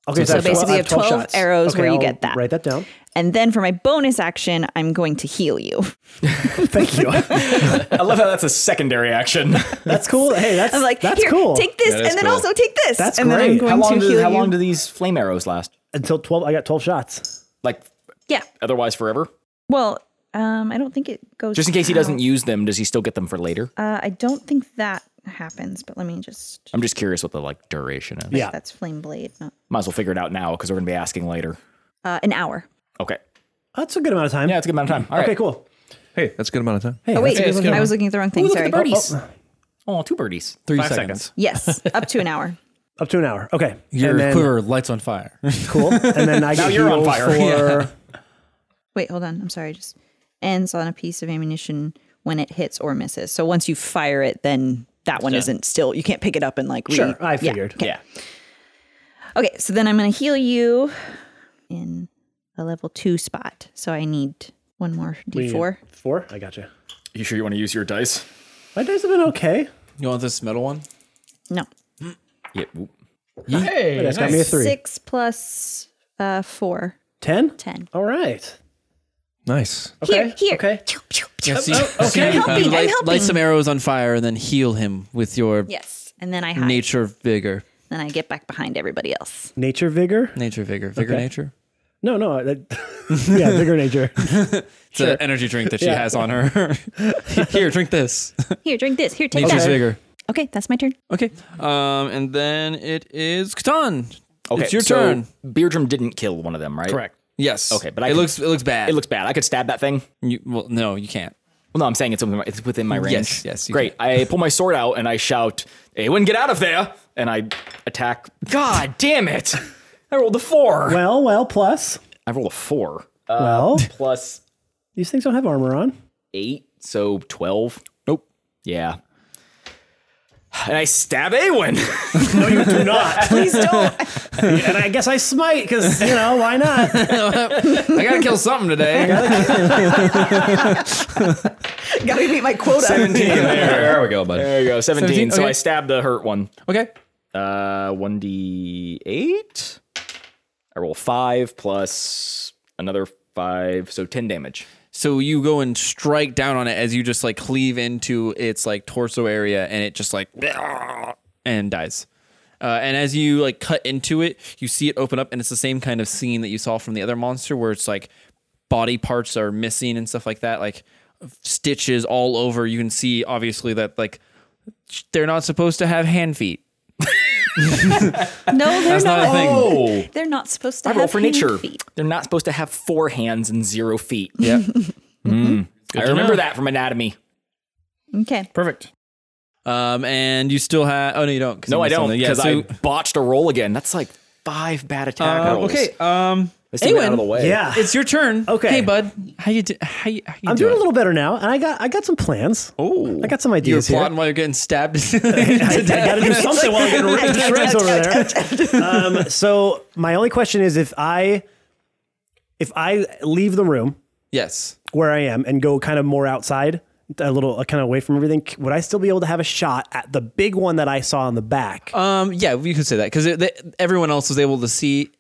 Speaker 3: Okay,
Speaker 7: So
Speaker 3: I
Speaker 7: basically
Speaker 3: I
Speaker 7: you have 12
Speaker 3: shots.
Speaker 7: arrows
Speaker 3: Okay,
Speaker 7: where you
Speaker 3: I'll
Speaker 7: get that.
Speaker 3: Write that [laughs] down.
Speaker 7: And then for my bonus action, I'm going to heal you. [laughs]
Speaker 3: Thank you.
Speaker 6: I love how that's a secondary [laughs] action.
Speaker 3: That's cool. Hey, that's
Speaker 7: I'm like,
Speaker 3: that's
Speaker 7: here,
Speaker 3: cool.
Speaker 7: take this,
Speaker 1: That
Speaker 7: and
Speaker 1: is
Speaker 7: then
Speaker 1: cool.
Speaker 7: also take this.
Speaker 3: That's
Speaker 7: and Then I'm
Speaker 3: great.
Speaker 7: going
Speaker 6: how long
Speaker 7: to
Speaker 6: do
Speaker 7: heal
Speaker 6: how long
Speaker 7: you.
Speaker 6: do these flame arrows last?
Speaker 3: [laughs] Until twelve, I got twelve shots.
Speaker 6: Like
Speaker 7: yeah.
Speaker 6: otherwise forever?
Speaker 7: Well, um, I don't think it goes.
Speaker 6: Just in case he
Speaker 7: out.
Speaker 6: doesn't use them, does he still get them for later?
Speaker 7: Uh, I don't think that happens, but let me just.
Speaker 6: I'm just curious what the like duration is.
Speaker 3: Yeah.
Speaker 7: That's flame blade. Not,
Speaker 6: Might as well figure it out now because we're gonna be asking later.
Speaker 7: uh, an hour.
Speaker 6: Okay.
Speaker 3: That's a good amount of time.
Speaker 6: Yeah, it's a good amount of time. All right.
Speaker 3: okay, cool.
Speaker 1: Hey, that's a good amount of time.
Speaker 3: Hey,
Speaker 7: oh wait,
Speaker 3: that's a good
Speaker 7: I
Speaker 3: amount
Speaker 7: was
Speaker 3: of
Speaker 7: looking at the wrong thing.
Speaker 6: Ooh, look
Speaker 7: Sorry.
Speaker 6: at the birdies. Oh, two birdies.
Speaker 4: Three
Speaker 5: Five
Speaker 4: seconds.
Speaker 7: Yes, up to an hour. [laughs]
Speaker 3: time. up to an hour. Okay,
Speaker 4: Your
Speaker 3: and then,
Speaker 4: quiver lights on fire.
Speaker 3: cool. And [laughs] then I get
Speaker 6: you're on
Speaker 3: healed
Speaker 6: fire.
Speaker 3: for
Speaker 7: Wait, hold on. I'm sorry. Just ends on a piece of ammunition when it hits or misses. So once you fire it, then that one isn't still. You can't pick it up and like.
Speaker 3: [laughs]
Speaker 7: Re-
Speaker 3: sure. I
Speaker 7: Yeah.
Speaker 3: figured.
Speaker 6: Yeah.
Speaker 7: Okay, so then I'm gonna heal you in a level two spot. So I need one more d4.
Speaker 3: Four. I got you.
Speaker 6: You sure you want to use your dice?
Speaker 3: My days have been okay.
Speaker 4: You want this metal one?
Speaker 7: No,
Speaker 6: Yeah. Oop.
Speaker 5: Hey,
Speaker 3: That's got me a three.
Speaker 7: six plus uh, four.
Speaker 3: Ten.
Speaker 7: Ten.
Speaker 3: All right.
Speaker 1: Nice.
Speaker 7: Here, here.
Speaker 3: Okay.
Speaker 7: Pew, pew, pew.
Speaker 4: Yes.
Speaker 7: oh, I'm helping, I'm
Speaker 4: light,
Speaker 7: helping.
Speaker 4: light some arrows on fire and then heal him with your
Speaker 7: Yes, and then I hide.
Speaker 4: nature vigor.
Speaker 7: Then I get back behind everybody else.
Speaker 3: Nature vigor.
Speaker 4: Nature vigor. Vigor nature.
Speaker 3: No, no. uh, That, [laughs] yeah, vigor nature.
Speaker 4: It's an energy drink that she has on
Speaker 6: [laughs]
Speaker 4: her. [laughs] Here, drink this.
Speaker 7: Here, drink this. Here, take
Speaker 4: Nature's
Speaker 7: that.
Speaker 4: vigor.
Speaker 7: Okay, that's my turn.
Speaker 4: Okay. Um, and then it is Catan.
Speaker 6: Okay.
Speaker 4: It's your
Speaker 6: so
Speaker 4: turn.
Speaker 6: Beardrum didn't kill one of them, right?
Speaker 5: Correct.
Speaker 4: Yes.
Speaker 6: Okay, but I
Speaker 4: it
Speaker 6: can-
Speaker 4: looks it looks bad.
Speaker 6: It looks bad. I could stab that thing.
Speaker 4: You, well, no, you
Speaker 6: [laughs]
Speaker 4: can't.
Speaker 6: Well, no, I'm saying it's within my, it's within my range.
Speaker 4: Yes, yes, you
Speaker 6: Great. I pull my sword out and I shout, "Awen, get out of there!" And I attack. God damn it! [laughs] I rolled a four.
Speaker 3: Well, well. Plus,
Speaker 6: I rolled a four uh,
Speaker 3: well,
Speaker 6: plus
Speaker 3: these things don't have armor on.
Speaker 6: eight, so twelve. Nope. Yeah. And I
Speaker 4: [laughs]
Speaker 6: stab Awen. [laughs]
Speaker 3: Do
Speaker 7: [laughs]
Speaker 3: not. Please don't. [laughs] and I guess I smite because you know why not?
Speaker 4: I gotta kill something
Speaker 6: [laughs]
Speaker 4: today.
Speaker 7: [laughs] Gotta meet my quota. [laughs]
Speaker 6: Seventeen.
Speaker 1: There we go, buddy.
Speaker 6: There you go.
Speaker 4: 17,
Speaker 6: Seventeen. So
Speaker 4: okay.
Speaker 6: I stab the hurt one.
Speaker 4: okay.
Speaker 6: Uh, one d eight. I roll five plus another five, so ten damage.
Speaker 4: So you go and strike down on it as you just like cleave into its like torso area, and it just like [sniffs] and dies. Uh, and as you like cut into it, you see it open up, and it's the same kind of scene that you saw from the other monster, where it's like body parts are missing and stuff like that, like stitches all over. You can see obviously that like they're not supposed to have hand
Speaker 6: [laughs]
Speaker 4: feet.
Speaker 7: No, they're
Speaker 4: That's not, a
Speaker 7: not.
Speaker 4: thing.
Speaker 6: Oh.
Speaker 7: They're not supposed to
Speaker 6: I
Speaker 7: have
Speaker 6: roll for
Speaker 7: hand
Speaker 6: nature.
Speaker 7: feet.
Speaker 6: They're not supposed to have four hands and zero feet.
Speaker 4: Yeah.
Speaker 6: I remember that from anatomy.
Speaker 7: Okay.
Speaker 5: Perfect.
Speaker 4: Um, and you still have. Oh no, you don't. 'cause
Speaker 6: No,
Speaker 4: you
Speaker 6: I
Speaker 4: missed
Speaker 6: don't
Speaker 4: something. Yeah.
Speaker 6: because
Speaker 4: So,
Speaker 6: I botched a roll again. That's like five bad attack
Speaker 4: uh,
Speaker 6: rolls.
Speaker 4: okay. Um,
Speaker 6: Let's take it out
Speaker 4: Awen.
Speaker 6: of the way.
Speaker 3: Yeah.
Speaker 4: it's your turn.
Speaker 3: Okay.
Speaker 4: Hey, bud. How you do? How you, how you
Speaker 3: I'm doing
Speaker 4: doing?
Speaker 3: a little better now, and I got I got some plans.
Speaker 4: Oh,
Speaker 3: I got some
Speaker 4: You're
Speaker 3: ideas here.
Speaker 4: plotting while you're getting stabbed. [laughs]
Speaker 3: [laughs] I, gotta do something while I'm
Speaker 7: [laughs]
Speaker 3: getting ripped to shreds over there. Um, so my only question is if I if I leave the room
Speaker 4: yes.
Speaker 3: where I am and go kind of more outside, a little uh, kind of away from everything, c- would I still be able to have a shot at the big one that I saw in the back?
Speaker 6: Oh.
Speaker 4: Um, yeah, you could say that because everyone else was able to see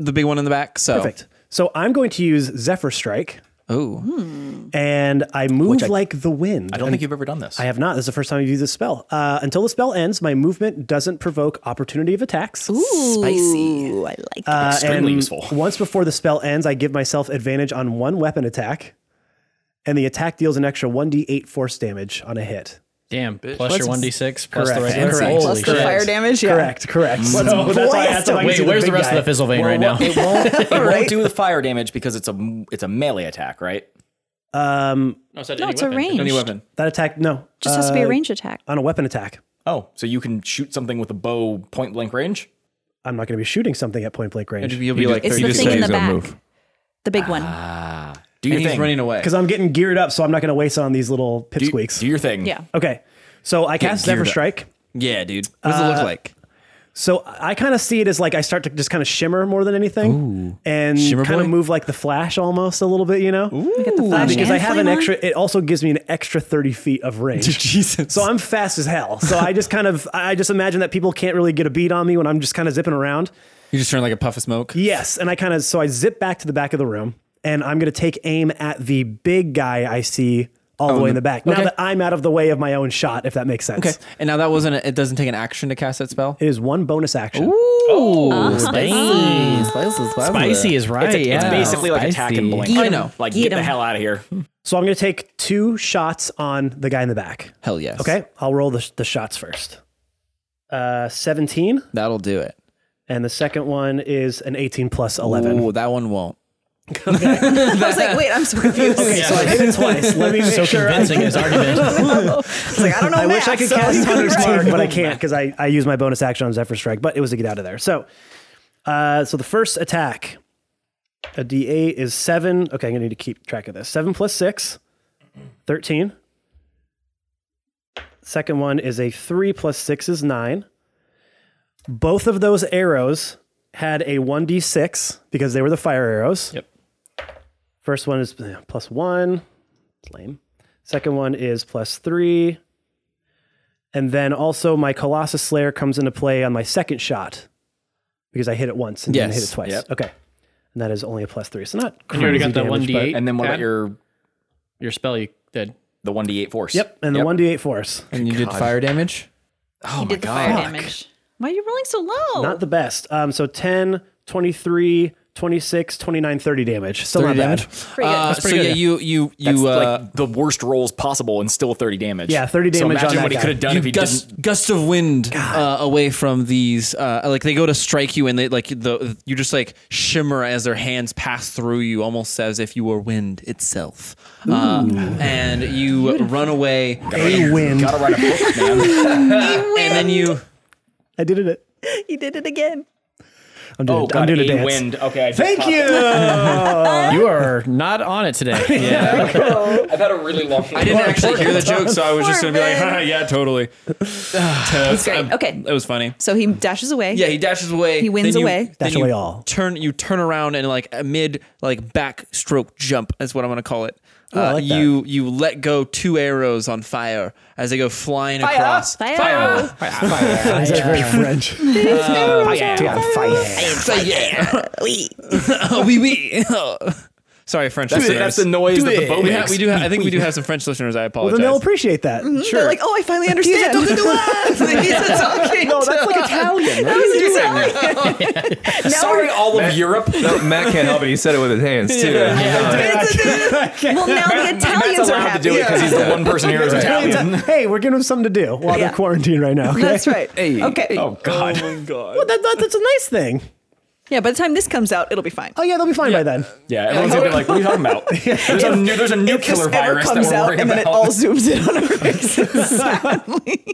Speaker 4: the big one in the back. So
Speaker 3: Perfect. So I'm going to use Zephyr Strike,
Speaker 4: Oh,
Speaker 3: and I move like the wind.
Speaker 6: I don't think you've ever done this.
Speaker 3: I have not. This is the first time I've used this spell. Uh, until the spell ends, my movement doesn't provoke opportunity of attacks.
Speaker 7: Spicy. I like that.
Speaker 3: Uh,
Speaker 6: Extremely
Speaker 3: and
Speaker 6: useful.
Speaker 3: Once before the spell ends, I give myself advantage on one weapon attack, and the attack deals an extra 1d8 force damage on a hit.
Speaker 5: Damn, plus your one d six plus
Speaker 3: Correct.
Speaker 5: the regular.
Speaker 3: Correct.
Speaker 5: Holy
Speaker 7: Plus the
Speaker 5: shit.
Speaker 7: fire damage. Yeah.
Speaker 3: Correct, correct. So that's why I asked if I could
Speaker 5: Wait,
Speaker 3: see
Speaker 5: where's the
Speaker 3: big
Speaker 5: rest
Speaker 3: guy.
Speaker 5: of the fizzle vein right
Speaker 6: Well,
Speaker 5: now?
Speaker 6: it won't, it won't do the fire damage because it's a it's a melee attack, right?
Speaker 7: No, [laughs] it's a range.
Speaker 4: any weapon.
Speaker 3: Um, That attack, no.
Speaker 7: Just has to be a
Speaker 3: Uh,
Speaker 7: range attack.
Speaker 3: On a weapon attack.
Speaker 6: Oh, so you can shoot something with a bow point blank range?
Speaker 3: I'm not going to be shooting something at point blank range.
Speaker 4: You'll be like
Speaker 7: It's
Speaker 1: you
Speaker 7: the
Speaker 1: just
Speaker 7: thing
Speaker 1: say
Speaker 7: in
Speaker 1: he's
Speaker 7: the
Speaker 1: gonna
Speaker 7: back.
Speaker 1: move.
Speaker 7: The big one.
Speaker 6: Do your
Speaker 4: he's
Speaker 6: thing.
Speaker 4: running away.
Speaker 3: Because I'm getting geared up, so I'm not going to waste on these little
Speaker 6: do,
Speaker 3: pipsqueaks.
Speaker 6: do your thing. [laughs]
Speaker 7: Yeah.
Speaker 3: okay. So I cast Zephyr Strike.
Speaker 4: Yeah, dude. What does it
Speaker 6: Uh,
Speaker 4: look like?
Speaker 3: So I kind of see it as like I start to just kind of shimmer more than anything, and kind of
Speaker 4: boy?
Speaker 3: move like the Flash almost a little bit, you know? Uh,
Speaker 7: Flash
Speaker 3: because
Speaker 7: and
Speaker 3: I have
Speaker 7: flame
Speaker 3: an
Speaker 7: on?
Speaker 3: extra. It also gives me an extra thirty feet of range.
Speaker 4: [laughs] Jesus.
Speaker 3: So I'm fast as hell. So I just kind of, I just imagine that people can't really get a beat on me when I'm just kind of zipping around.
Speaker 4: You just turn like a puff of smoke.
Speaker 3: Yes, and I kind of, so I zip back to the back of the room, and I'm going to take aim at the big guy I see all the way in the back. Now that I'm out of the way of my own shot, if that makes sense.
Speaker 4: Oh, Okay. And now that wasn't. A, it doesn't take an action to cast that spell.
Speaker 3: It is one bonus action. Uh-huh.
Speaker 5: Oh, dang. Spicy is right.
Speaker 6: It's, a- it's
Speaker 4: Oh,
Speaker 5: yeah.
Speaker 6: basically like attack and
Speaker 5: [laughs]
Speaker 6: blink.
Speaker 7: Get
Speaker 4: I
Speaker 7: 'em.
Speaker 4: know.
Speaker 6: Like
Speaker 7: Get
Speaker 6: get, the
Speaker 7: 'em.
Speaker 6: hell out of here.
Speaker 3: So I'm going to take two shots on the guy in the back.
Speaker 4: Hell yes.
Speaker 3: Okay, I'll roll the, the shots first. Uh, 17,
Speaker 4: That'll do it.
Speaker 3: and the second one is an 18 plus 11.
Speaker 4: Oh, that one won't.
Speaker 7: I was like, wait, I'm so confused. [laughs]
Speaker 3: Okay, so I hit it [laughs] twice. [laughs] Let me make
Speaker 5: So
Speaker 3: sure. I,
Speaker 5: convincing
Speaker 6: [laughs]
Speaker 5: his argument.
Speaker 7: It's like, I don't know.
Speaker 3: I wish I could
Speaker 7: math, so-
Speaker 3: cast Hunter's Mark, but I can't because I, I use my bonus action on Zephyr Strike, but it was to get out of there. So, uh, so the first attack, a D8 is 7. Okay, I'm going to need to keep track of this. 7 plus 6, 13. Second one is a 3 plus 6 is 9. Both of those arrows had a 1d6 because they were the fire arrows.
Speaker 5: Yep.
Speaker 3: First one is eh, plus 1. It's lame. Second one is plus 3. And then also my Colossus Slayer comes into play on my second shot because I hit it once and didn't
Speaker 4: Yes.
Speaker 3: hit it twice.
Speaker 6: Yep.
Speaker 3: Okay. And that is only a plus 3. So not
Speaker 5: And you already got
Speaker 3: crazy
Speaker 5: that
Speaker 3: damage,
Speaker 5: 1d8.
Speaker 6: And then what about
Speaker 5: Pat?
Speaker 6: your
Speaker 5: Your spell you did.
Speaker 6: the one d eight force?
Speaker 3: but- Yep, and the 1d8 force.
Speaker 4: And you did fire damage. Oh
Speaker 7: You did the fire damage. Why are you rolling so low?
Speaker 3: Not the best. Um, so 10, 23, 26, 29, 30 damage. Still not bad.
Speaker 7: Pretty good.
Speaker 4: Uh, so yeah, you you
Speaker 6: That's
Speaker 4: you uh,
Speaker 6: like the worst rolls possible and still 30 damage.
Speaker 3: Yeah, 30
Speaker 6: So
Speaker 3: damage on
Speaker 6: imagine
Speaker 3: that
Speaker 6: what he
Speaker 3: guy.
Speaker 6: could have done if he
Speaker 4: you gust,
Speaker 6: didn't.
Speaker 4: gust of wind uh, away from these uh, like they go to strike you and they like the you just like shimmer as their hands pass through you almost as if you were wind itself uh, and you run away
Speaker 3: A win.
Speaker 6: Gotta write a book,
Speaker 4: [laughs] and
Speaker 6: man.
Speaker 4: then you
Speaker 3: I did it.
Speaker 7: you did it again.
Speaker 3: I'm doing,
Speaker 6: oh,
Speaker 3: I'm
Speaker 6: God,
Speaker 3: doing a
Speaker 6: a
Speaker 3: dance.
Speaker 6: wind. Okay. I just
Speaker 3: Thank
Speaker 6: popped-
Speaker 3: you.
Speaker 5: You are not on
Speaker 6: [laughs]
Speaker 5: it today.
Speaker 6: I've had a really long
Speaker 4: I didn't actually hear the joke so I was just gonna be like
Speaker 7: Corbin.
Speaker 4: "Haha, [laughs] yeah totally that's
Speaker 7: great. Okay.
Speaker 4: that was funny
Speaker 7: So he dashes away.
Speaker 4: yeah he dashes away
Speaker 7: He wins
Speaker 4: then you-
Speaker 7: away.
Speaker 4: then
Speaker 3: Dash
Speaker 4: you
Speaker 3: away all.
Speaker 4: turn you turn around and like a mid like backstroke jump is what I'm gonna call it.
Speaker 3: I
Speaker 4: Uh,
Speaker 3: like that.
Speaker 4: you you let go two arrows on fire as they go flying across.
Speaker 7: Fire.
Speaker 3: Is that very French?
Speaker 8: Fire.
Speaker 4: Say yeah, Oh, wee wee. Sorry, French
Speaker 6: That's, the-
Speaker 4: listeners.
Speaker 6: [laughs] that's the noise that the bow
Speaker 4: we, ha-
Speaker 6: makes.
Speaker 4: we do. Ha- I think we do have some French listeners. I
Speaker 3: Well,
Speaker 4: apologize.
Speaker 3: then they'll appreciate that.
Speaker 7: Sure. [laughs] They're like, oh, I finally understand.
Speaker 3: No, that's like Italian.
Speaker 7: That was Italian. Now
Speaker 6: Sorry,
Speaker 7: we're-
Speaker 6: all of Europe.
Speaker 1: No, Matt can't help it. He said it with his hands too.
Speaker 7: Well, now the Italians
Speaker 6: Matt's
Speaker 7: are
Speaker 6: allowed to
Speaker 7: happy.
Speaker 6: do it because he's the one person [laughs] here who's
Speaker 3: Italians
Speaker 6: Italian.
Speaker 3: are- hey, we're giving them something to do while
Speaker 7: Yeah.
Speaker 3: they're quarantined right now. Okay?
Speaker 7: [laughs] [laughs] That's right. okay.
Speaker 6: God.
Speaker 3: Well, that, that, that's a nice thing.
Speaker 7: Yeah, by the time this comes out, it'll be fine.
Speaker 3: Oh yeah, they'll be fine by then.
Speaker 6: Yeah, everyone's gonna be like, "What are you talking about?" There's a new, there's a new
Speaker 7: This
Speaker 6: killer
Speaker 7: ever
Speaker 6: virus that
Speaker 7: comes
Speaker 6: we're
Speaker 7: out
Speaker 6: worried
Speaker 7: and then
Speaker 6: about.
Speaker 7: it all zooms in on our faces. Sadly.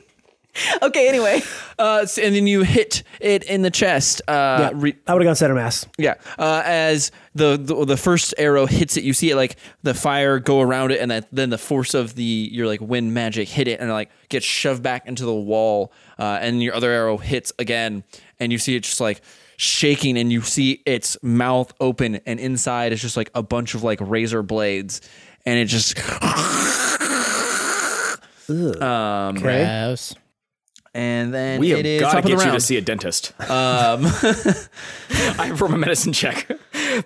Speaker 7: okay, anyway.
Speaker 4: Uh, s- and then you hit it in the chest. Uh,
Speaker 3: Yeah.
Speaker 4: re-
Speaker 3: I would have gone center mass.
Speaker 4: Yeah. Uh, as the, the the first arrow hits it, you see it like the fire go around it, and that, then the force of the your like wind magic hit it, and like gets shoved back into the wall. Uh, and your other arrow hits again, and you see it just like shaking, and you see its mouth open, and inside is just like a bunch of like razor blades, and it just Um,
Speaker 5: Gross.
Speaker 4: and then
Speaker 6: [laughs] We
Speaker 4: it
Speaker 6: have
Speaker 4: is
Speaker 6: got to
Speaker 4: top of
Speaker 6: get
Speaker 4: the
Speaker 6: you
Speaker 4: round.
Speaker 6: to see a dentist.
Speaker 4: um,
Speaker 6: [laughs] I from a medicine check.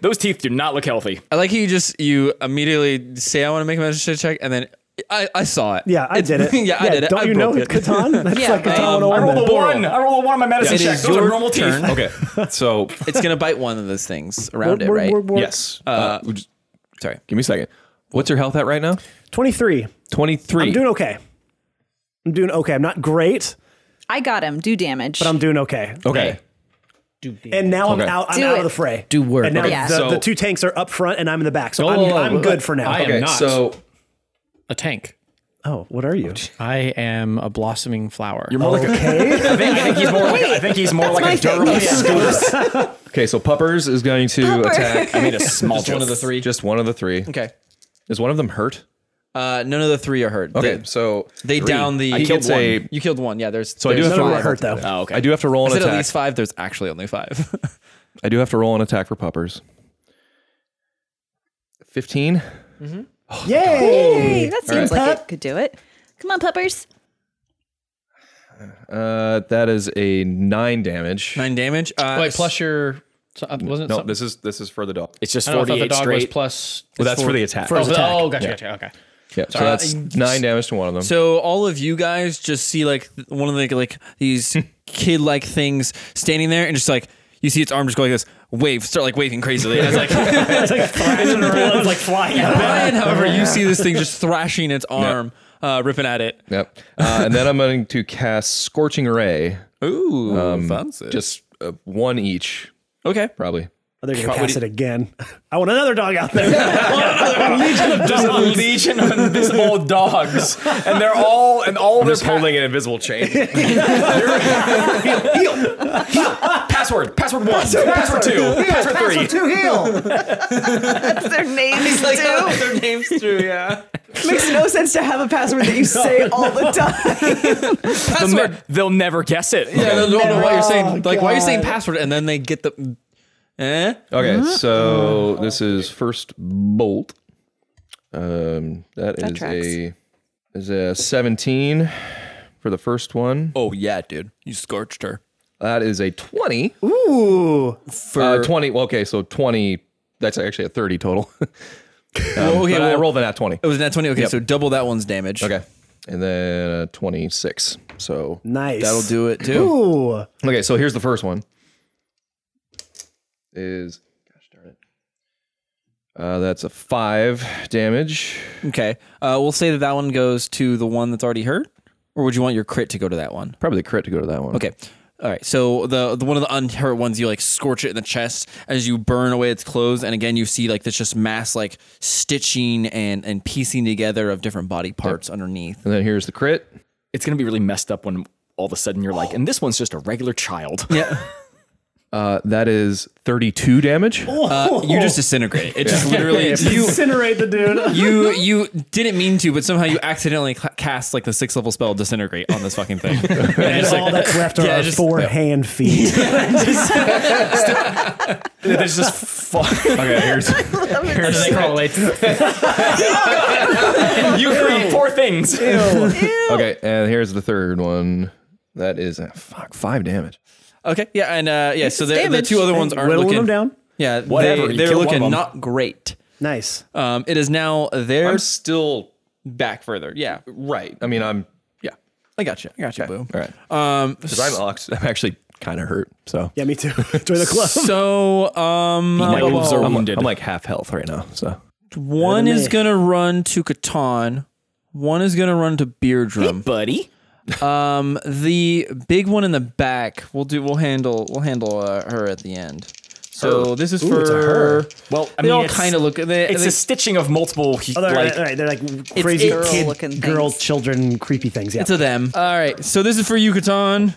Speaker 6: Those teeth do not look healthy.
Speaker 4: I like how you just you immediately say I want to make a medicine check, and then I, I saw it.
Speaker 3: Yeah, I
Speaker 4: It's-
Speaker 3: did it.
Speaker 4: [laughs] yeah, I did it.
Speaker 3: Don't
Speaker 4: I
Speaker 3: you know
Speaker 4: broke
Speaker 3: it's
Speaker 4: it.
Speaker 3: Catan? That's
Speaker 7: Yeah,
Speaker 3: like Catan 101.
Speaker 7: um,
Speaker 6: I rolled a
Speaker 3: then.
Speaker 6: one. I rolled a one on my medicine
Speaker 4: It
Speaker 6: check.
Speaker 4: is
Speaker 6: Those are
Speaker 4: your
Speaker 6: normal teeth.
Speaker 4: turn.
Speaker 6: [laughs]
Speaker 1: Okay, so
Speaker 4: It's gonna bite one of those [laughs] things around it,
Speaker 3: Work,
Speaker 4: right?
Speaker 3: work, work.
Speaker 1: [laughs] yes. Uh, would you- sorry, give me a second. What's your health at right now?
Speaker 3: 23.
Speaker 1: Twenty
Speaker 3: I'm
Speaker 1: three.
Speaker 3: doing okay. I'm doing okay. I'm not great,
Speaker 7: I got him. Do damage.
Speaker 3: but I'm doing okay.
Speaker 1: Okay.
Speaker 3: And now I'm
Speaker 1: Okay.
Speaker 3: out. I'm
Speaker 7: Do
Speaker 3: out
Speaker 7: it.
Speaker 3: of the fray.
Speaker 5: Do work.
Speaker 3: And now
Speaker 7: Okay.
Speaker 3: the,
Speaker 1: So-
Speaker 3: the two tanks are up front, and I'm in the back. So I'm,
Speaker 5: Whoa, whoa,
Speaker 3: I'm
Speaker 5: whoa.
Speaker 3: good for now.
Speaker 5: I am
Speaker 1: Okay.
Speaker 5: not.
Speaker 1: So
Speaker 5: A tank.
Speaker 3: Oh, what are you?
Speaker 5: I am a blossoming flower.
Speaker 6: You're more like a,
Speaker 3: Okay.
Speaker 6: I, think, I think he's more like, I think he's more like a dermal scoop.
Speaker 1: okay, so Puppers is going to
Speaker 7: Pupper.
Speaker 6: [laughs]
Speaker 1: attack.
Speaker 6: I made a small
Speaker 4: One
Speaker 6: joke.
Speaker 4: of the three.
Speaker 1: Just one of the three.
Speaker 4: Okay.
Speaker 1: Is one of them hurt?
Speaker 4: Uh, none of the three are hurt.
Speaker 1: Okay,
Speaker 4: They,
Speaker 1: so
Speaker 4: they down the.
Speaker 1: he gets a.
Speaker 4: you killed one. Yeah, there's.
Speaker 1: So I do
Speaker 4: there's
Speaker 1: have to
Speaker 3: None of
Speaker 1: roll.
Speaker 3: them hurt though.
Speaker 6: Oh, okay.
Speaker 1: I do have to roll
Speaker 4: I
Speaker 1: an
Speaker 4: said
Speaker 1: attack.
Speaker 4: at least five. There's actually only [laughs] five.
Speaker 1: I do have to roll an attack for Puppers. Fifteen.
Speaker 3: Yay!
Speaker 7: Hey, that
Speaker 3: right.
Speaker 7: seems like
Speaker 3: Pup.
Speaker 7: it could do it. Come on, puppers.
Speaker 1: Uh, that is a nine damage.
Speaker 4: Nine damage. Uh,
Speaker 5: Oh, Wait, plus your. so- uh, wasn't it
Speaker 1: No,
Speaker 5: something?
Speaker 1: this is this is for the dog.
Speaker 6: It's just
Speaker 5: I don't know, I thought the
Speaker 6: 48
Speaker 5: dog was
Speaker 6: straight.
Speaker 5: plus.
Speaker 1: Well, that's for the attack.
Speaker 5: Oh,
Speaker 1: Yeah,
Speaker 5: the- oh, gotcha, gotcha. Okay.
Speaker 1: so that's nine damage to one of them.
Speaker 4: So all of you guys just see like th- one of the like
Speaker 1: [laughs]
Speaker 4: these kid like things standing there and just like you see its arm just go like this wave start like waving [laughs] crazily. And it's like
Speaker 3: It's like thrashing blood's like flying out.
Speaker 4: Brian, however, you see this thing [laughs] just thrashing its arm, uh, ripping at it. [laughs]
Speaker 1: Yep. Uh, and then I'm going to cast Scorching Ray.
Speaker 4: Ooh,
Speaker 1: Just uh, one each,
Speaker 4: okay.
Speaker 1: probably.
Speaker 3: Oh, They're gonna cast it again. I want another dog out there.
Speaker 1: [laughs]
Speaker 6: Just a legion of invisible dogs, and they're all and all their
Speaker 1: Just holding an
Speaker 6: [laughs]
Speaker 1: invisible chain.
Speaker 6: heal, heal. Password, password one, password two, password three.
Speaker 3: Two heal.
Speaker 7: That's their names too.
Speaker 4: Their names too, yeah.
Speaker 7: Makes no sense to have a password that you say all the time.
Speaker 6: They'll, ne- they'll never guess it.
Speaker 4: Yeah, I don't know why you're saying like why you're saying password and then they get the eh?
Speaker 1: Okay, so this is first bolt. Um, that is
Speaker 7: tracks.
Speaker 1: a is a 17 for the first one.
Speaker 4: Oh yeah, dude. You scorched her.
Speaker 1: That is a 20.
Speaker 3: Ooh.
Speaker 1: For uh, 20. well, Okay, so 20. That's actually a 30 total. um,
Speaker 4: Oh, okay,
Speaker 1: but I
Speaker 4: well-
Speaker 1: rolled an at 20.
Speaker 4: It was net twenty. Okay, so double that one's damage.
Speaker 1: Okay. And then uh, 26. So
Speaker 3: Nice.
Speaker 4: That'll do it too.
Speaker 3: Ooh.
Speaker 1: Okay, so here's the first one. Is gosh darn it. Uh, that's a five damage.
Speaker 4: Okay. Uh, we'll say that that one goes to the one that's already hurt, or would you want your crit to go to that one?
Speaker 1: Probably the crit to go to that one.
Speaker 4: Okay. All right. So the, the one of the unhurt ones, you like scorch it in the chest as you burn away its clothes, and again you see like this just mass like stitching and and piecing together of different body parts underneath.
Speaker 1: And then here's the crit.
Speaker 6: It's gonna be really messed up when all of a sudden you're like, and this one's just a regular child.
Speaker 4: Yeah.
Speaker 1: Uh, that is 32 damage.
Speaker 4: Uh, you just disintegrate. It just [laughs] literally you.
Speaker 3: Incinerate the dude.
Speaker 4: You you didn't mean to, but somehow you accidentally cl- cast like the six level spell disintegrate on this fucking thing.
Speaker 6: [laughs]
Speaker 3: And all that's left are our four hand feet.
Speaker 6: There's just fuck.
Speaker 1: Okay, here's
Speaker 6: [laughs] You create four [laughs] things.
Speaker 1: okay, and here's the third one. That is uh, fuck five damage.
Speaker 4: Okay. Yeah. And uh, yeah. So the, the
Speaker 7: damage.
Speaker 4: two other ones aren't
Speaker 3: Whittling
Speaker 4: looking
Speaker 3: them down.
Speaker 4: Yeah.
Speaker 6: Whatever,
Speaker 4: They,
Speaker 6: you
Speaker 4: they're
Speaker 6: kill one of
Speaker 4: looking
Speaker 6: them.
Speaker 4: not great.
Speaker 3: Nice.
Speaker 4: Um, it is now their
Speaker 1: I'm still
Speaker 4: back further. Yeah.
Speaker 1: right. I mean, I'm yeah.
Speaker 4: I got you. I got you. Boom.
Speaker 1: All right,
Speaker 4: Um,
Speaker 1: 'Cause I'm, ox- I'm actually kind of hurt. So
Speaker 3: Yeah, me too. [laughs] Join the club.
Speaker 4: so um,
Speaker 6: My elves are
Speaker 1: I'm,
Speaker 6: wounded.
Speaker 1: I'm like half health right now. So
Speaker 4: one is gonna run to Catan. One is gonna run to Beardrum.
Speaker 6: buddy.
Speaker 4: Um, the big one in the back. We'll do. We'll handle. We'll handle uh, her at the end.
Speaker 6: Oh.
Speaker 4: So this is for her.
Speaker 6: Well, I
Speaker 4: They
Speaker 6: mean,
Speaker 4: all
Speaker 6: it's-
Speaker 4: kind of look. They,
Speaker 6: It's
Speaker 4: they,
Speaker 6: a stitching of multiple. he-
Speaker 3: Oh, they're,
Speaker 6: like,
Speaker 3: all right, they're like crazy
Speaker 7: girl
Speaker 3: kid,
Speaker 7: looking
Speaker 3: girl,
Speaker 7: things.
Speaker 3: children, creepy things. Yeah.
Speaker 4: to them. All right. So this is for you, Catan.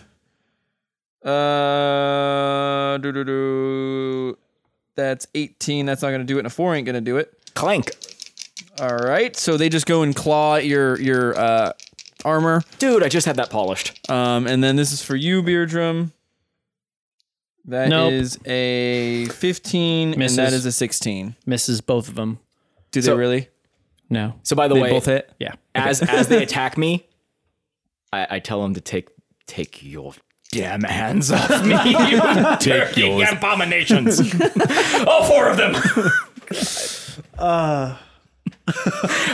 Speaker 4: Uh, do do do. That's eighteen. That's not gonna do it. And a four ain't gonna do it.
Speaker 6: clank.
Speaker 4: All right. So they just go and claw at your your uh, armor.
Speaker 6: Dude, I just had that polished.
Speaker 4: Um, and then this is for you, Beardrum. That is
Speaker 5: Nope.
Speaker 4: a fifteen,
Speaker 5: Misses.
Speaker 4: and that is a sixteen.
Speaker 5: [laughs] Misses both of them.
Speaker 4: Do they really?
Speaker 5: No.
Speaker 6: So by the
Speaker 4: They
Speaker 6: way,
Speaker 4: both hit.
Speaker 5: Yeah.
Speaker 6: [laughs] as as they attack me, I, I tell him to take take your damn hands [laughs] off me. you take your abominations. [laughs] All four
Speaker 3: [laughs]
Speaker 6: of them.
Speaker 3: Uh,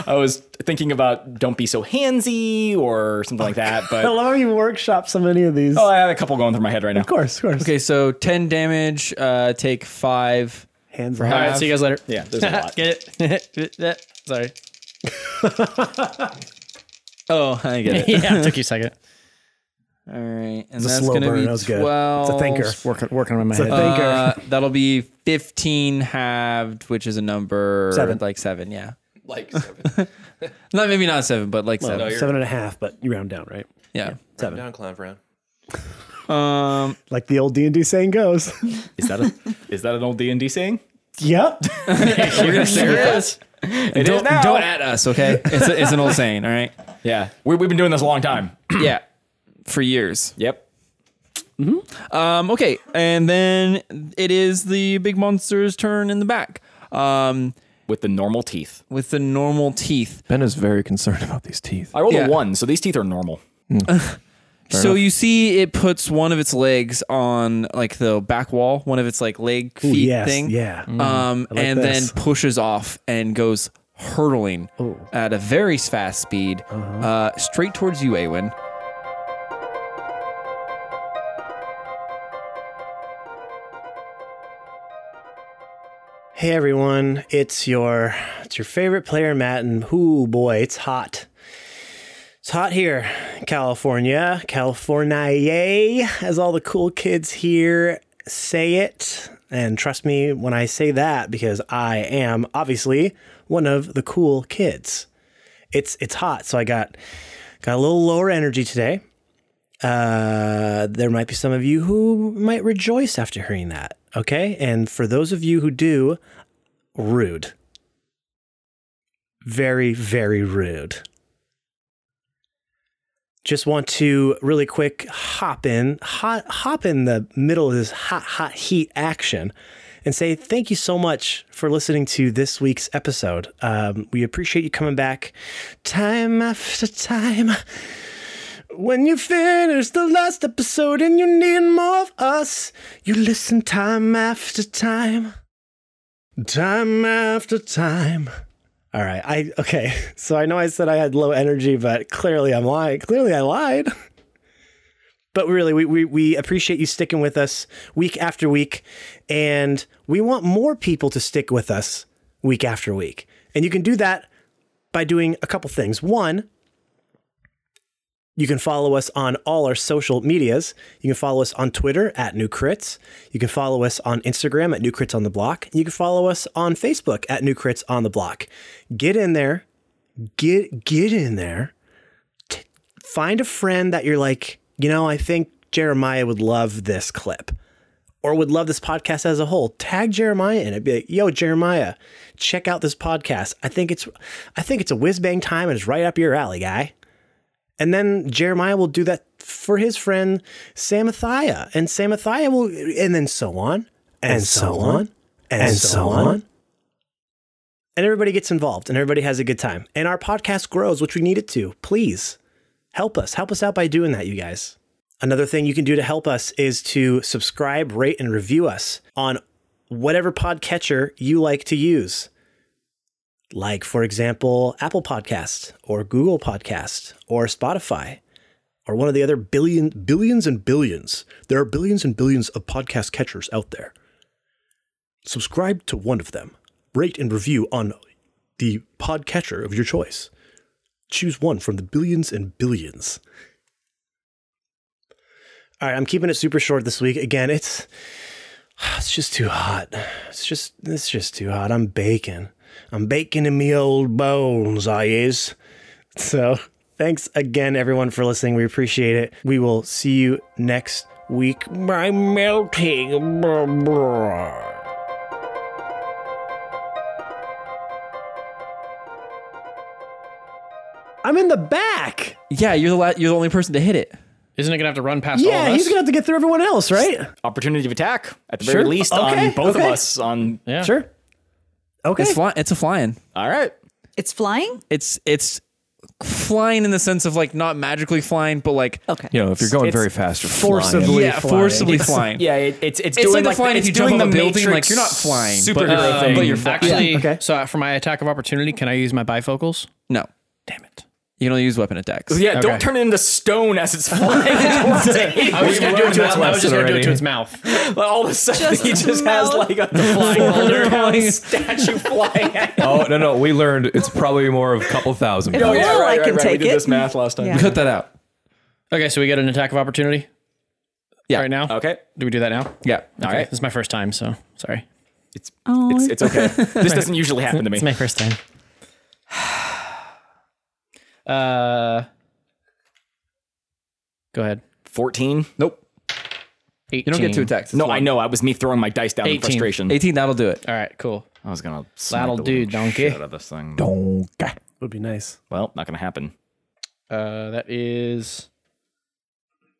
Speaker 6: I was thinking about don't be so handsy or something like that,
Speaker 3: I
Speaker 6: but
Speaker 3: love how you workshop so many of these.
Speaker 6: oh,
Speaker 3: of
Speaker 6: I have a couple going through my head right now.
Speaker 3: course, of course.
Speaker 4: Okay, so 10 damage, uh, take five.
Speaker 3: Hands
Speaker 5: All
Speaker 3: off.
Speaker 5: right, see you guys later. [laughs]
Speaker 6: Yeah, there's [laughs] a lot.
Speaker 4: Get it? Sorry. oh, I get it.
Speaker 5: yeah, it took you a second.
Speaker 4: [laughs] All right. And
Speaker 3: a
Speaker 4: that's
Speaker 3: slow
Speaker 4: going to
Speaker 3: burn.
Speaker 4: be
Speaker 3: That was good. It's a
Speaker 4: 12.
Speaker 3: thinker.
Speaker 5: [laughs] Working, working on my head.
Speaker 3: Uh, thinker.
Speaker 4: Uh, that'll be 15 halved, which is a number
Speaker 3: Seven.
Speaker 4: like seven, yeah. Like seven. [laughs] not maybe not seven, but like seven.
Speaker 3: Seven and a half, but you round down, right?
Speaker 4: yeah.
Speaker 3: Seven.
Speaker 1: Down, clown frown.
Speaker 4: Um,
Speaker 3: Like the old D and D saying goes. [laughs]
Speaker 6: Is that a is that an old D and D [laughs] saying?
Speaker 3: yep.
Speaker 4: we're gonna stick with that. And don't,
Speaker 6: now.
Speaker 4: don't at us,
Speaker 3: [laughs]
Speaker 4: okay? It's, a, it's an old saying, all
Speaker 3: [clears throat]
Speaker 4: right?
Speaker 6: Yeah, we, we've been doing this a long time.
Speaker 4: Yeah, for years.
Speaker 6: [coughs] Yep.
Speaker 4: Um, okay, and then it is the big monster's turn in the back um,
Speaker 6: With the normal teeth,
Speaker 4: with the normal teeth.
Speaker 1: Ben is very concerned about these teeth.
Speaker 6: I rolled
Speaker 4: Yeah.
Speaker 6: a one, so these teeth are normal.
Speaker 4: so you see, it puts one of its legs on like the back wall, one of its like leg feet
Speaker 3: yes.
Speaker 4: thing.
Speaker 3: Yeah.
Speaker 4: um,
Speaker 3: Mm, I like
Speaker 4: and
Speaker 3: this. Oh.
Speaker 4: then pushes off and goes hurtling at a very fast speed uh
Speaker 3: Uh-huh.
Speaker 4: straight towards you, Awen.
Speaker 3: Hey everyone, it's your it's your favorite player Matt and whoo boy, it's hot. It's hot here, California, California, as all the cool kids here say it. And trust me when I say that because I am obviously one of the cool kids. It's it's hot, so I got got a little lower energy today. Uh, there might be some of you who might rejoice after hearing that. Okay. And for those of you who do, rude. Very, very rude. Just want to really quick hop in, hot, hop in the middle of this hot, hot heat action and say thank you so much for listening to this week's episode. Um, we appreciate you coming back time after time. When you finish the last episode and you need more of us, you listen time after time. Time after time. All right. I okay. [laughs] So I know I said I had low energy, but clearly I'm lying. Clearly I lied. But really, we, we, we appreciate you sticking with us week after week. And we want more people to stick with us week after week. And you can do that by doing a couple things. One, you can follow us on all our social medias. You can follow us on Twitter at New Crits. You can follow us on Instagram at New Crits on the Block. You can follow us on Facebook at New Crits on the Block. Get in there. Get get in there. T- find a friend that you're like, you know, I think Jeremiah would love this clip or would love this podcast as a whole, tag Jeremiah in it. Be like, yo, Jeremiah, check out this podcast. I think it's I think it's a whiz bang time and it's right up your alley, guy. And then Jeremiah will do that for his friend Samathiah. And Samathiah will and then so on. And, so, on. And, so on. And everybody gets involved and everybody has a good time. And our podcast grows, which we need it to. Please help us. Help us out by doing that, you guys. Another thing you can do to help us is to subscribe, rate, and review us on whatever podcatcher you like to use. Like, for example, Apple Podcast or Google Podcast or Spotify or one of the other billion, billions and billions. There are billions and billions of podcast catchers out there. Subscribe to one of them. Rate and review on the podcatcher of your choice. Choose one from the billions and billions. All right, I'm keeping it super short this week. Again, it's it's just too hot. It's just it's just too hot. I'm baking. I'm baking in me old bones, I is. [laughs] So, thanks again everyone for listening. We appreciate it. We will see you next week. I'm melting. Blah, blah. I'm in the back.
Speaker 4: Yeah, you're the la- you're the only person to hit it.
Speaker 5: Isn't it gonna have to run past all
Speaker 3: Yeah,
Speaker 5: of us?
Speaker 3: he's gonna have to get through everyone else, right?
Speaker 6: Opportunity of attack at the very
Speaker 3: Sure.
Speaker 6: least
Speaker 3: Okay,
Speaker 6: on both
Speaker 3: okay.
Speaker 6: of us. On
Speaker 5: yeah.
Speaker 3: Sure. Okay.
Speaker 4: It's fly- it's a flying.
Speaker 6: all right,
Speaker 7: It's flying?
Speaker 4: It's it's flying in the sense of like not magically flying, but like
Speaker 7: Okay.
Speaker 1: You know, if you're going
Speaker 3: It's
Speaker 1: very fast, you're
Speaker 3: forcibly-
Speaker 1: flying.
Speaker 4: yeah,
Speaker 3: flying.
Speaker 4: forcibly
Speaker 3: [laughs]
Speaker 4: flying.
Speaker 6: Yeah, it, it's it's
Speaker 4: It's
Speaker 6: doing
Speaker 4: like the
Speaker 6: like
Speaker 4: flying
Speaker 6: it's
Speaker 4: if you
Speaker 6: doing
Speaker 4: jump up
Speaker 6: the
Speaker 4: a building, like,
Speaker 6: Matrix
Speaker 4: you're not flying, but-
Speaker 6: Superhero
Speaker 4: uh,
Speaker 6: thing.
Speaker 4: but you're flying.
Speaker 5: Um, Actually,
Speaker 3: okay.
Speaker 5: so uh, for my attack of opportunity, can I use my bifocals?
Speaker 4: No,
Speaker 5: Damn it.
Speaker 4: you can only use weapon attacks.
Speaker 6: Yeah,
Speaker 5: Okay.
Speaker 6: don't turn it into stone as it's flying. towards it.
Speaker 5: I was just gonna do it to its mouth. I was just gonna do it to its mouth.
Speaker 6: All of a sudden,
Speaker 7: Just
Speaker 6: he just
Speaker 7: melt.
Speaker 6: has like a flying [laughs] boulder pound statue flying. at him.
Speaker 1: Oh no no, we learned it's probably more of a couple thousand.
Speaker 7: If- Oh, yeah, Well, I right, right, can right. We
Speaker 6: We
Speaker 7: take did
Speaker 6: did
Speaker 7: it. this
Speaker 6: this math last time.
Speaker 7: Yeah.
Speaker 4: Cut that out.
Speaker 5: Okay, so we get an attack of opportunity.
Speaker 4: Yeah.
Speaker 5: Right now.
Speaker 6: Okay.
Speaker 5: Do we do that now?
Speaker 4: Yeah.
Speaker 5: All right. This is my first time, so sorry.
Speaker 6: It's
Speaker 7: Oh,
Speaker 6: it's, it's okay. This doesn't usually happen to me.
Speaker 5: It's my first time. [sighs] Uh, go ahead.
Speaker 6: 14? Nope.
Speaker 5: 18.
Speaker 4: You don't get two attacks.
Speaker 6: No, I know. I was me throwing my dice down
Speaker 5: 18.
Speaker 6: in frustration.
Speaker 4: 18, that'll do it.
Speaker 5: All right, cool.
Speaker 6: I was gonna smack
Speaker 5: That'll
Speaker 6: the
Speaker 5: do,
Speaker 6: living
Speaker 5: donkey.
Speaker 6: shit out of this thing.
Speaker 1: Okay.
Speaker 3: Would be nice.
Speaker 6: Well, not gonna happen.
Speaker 5: Uh, that is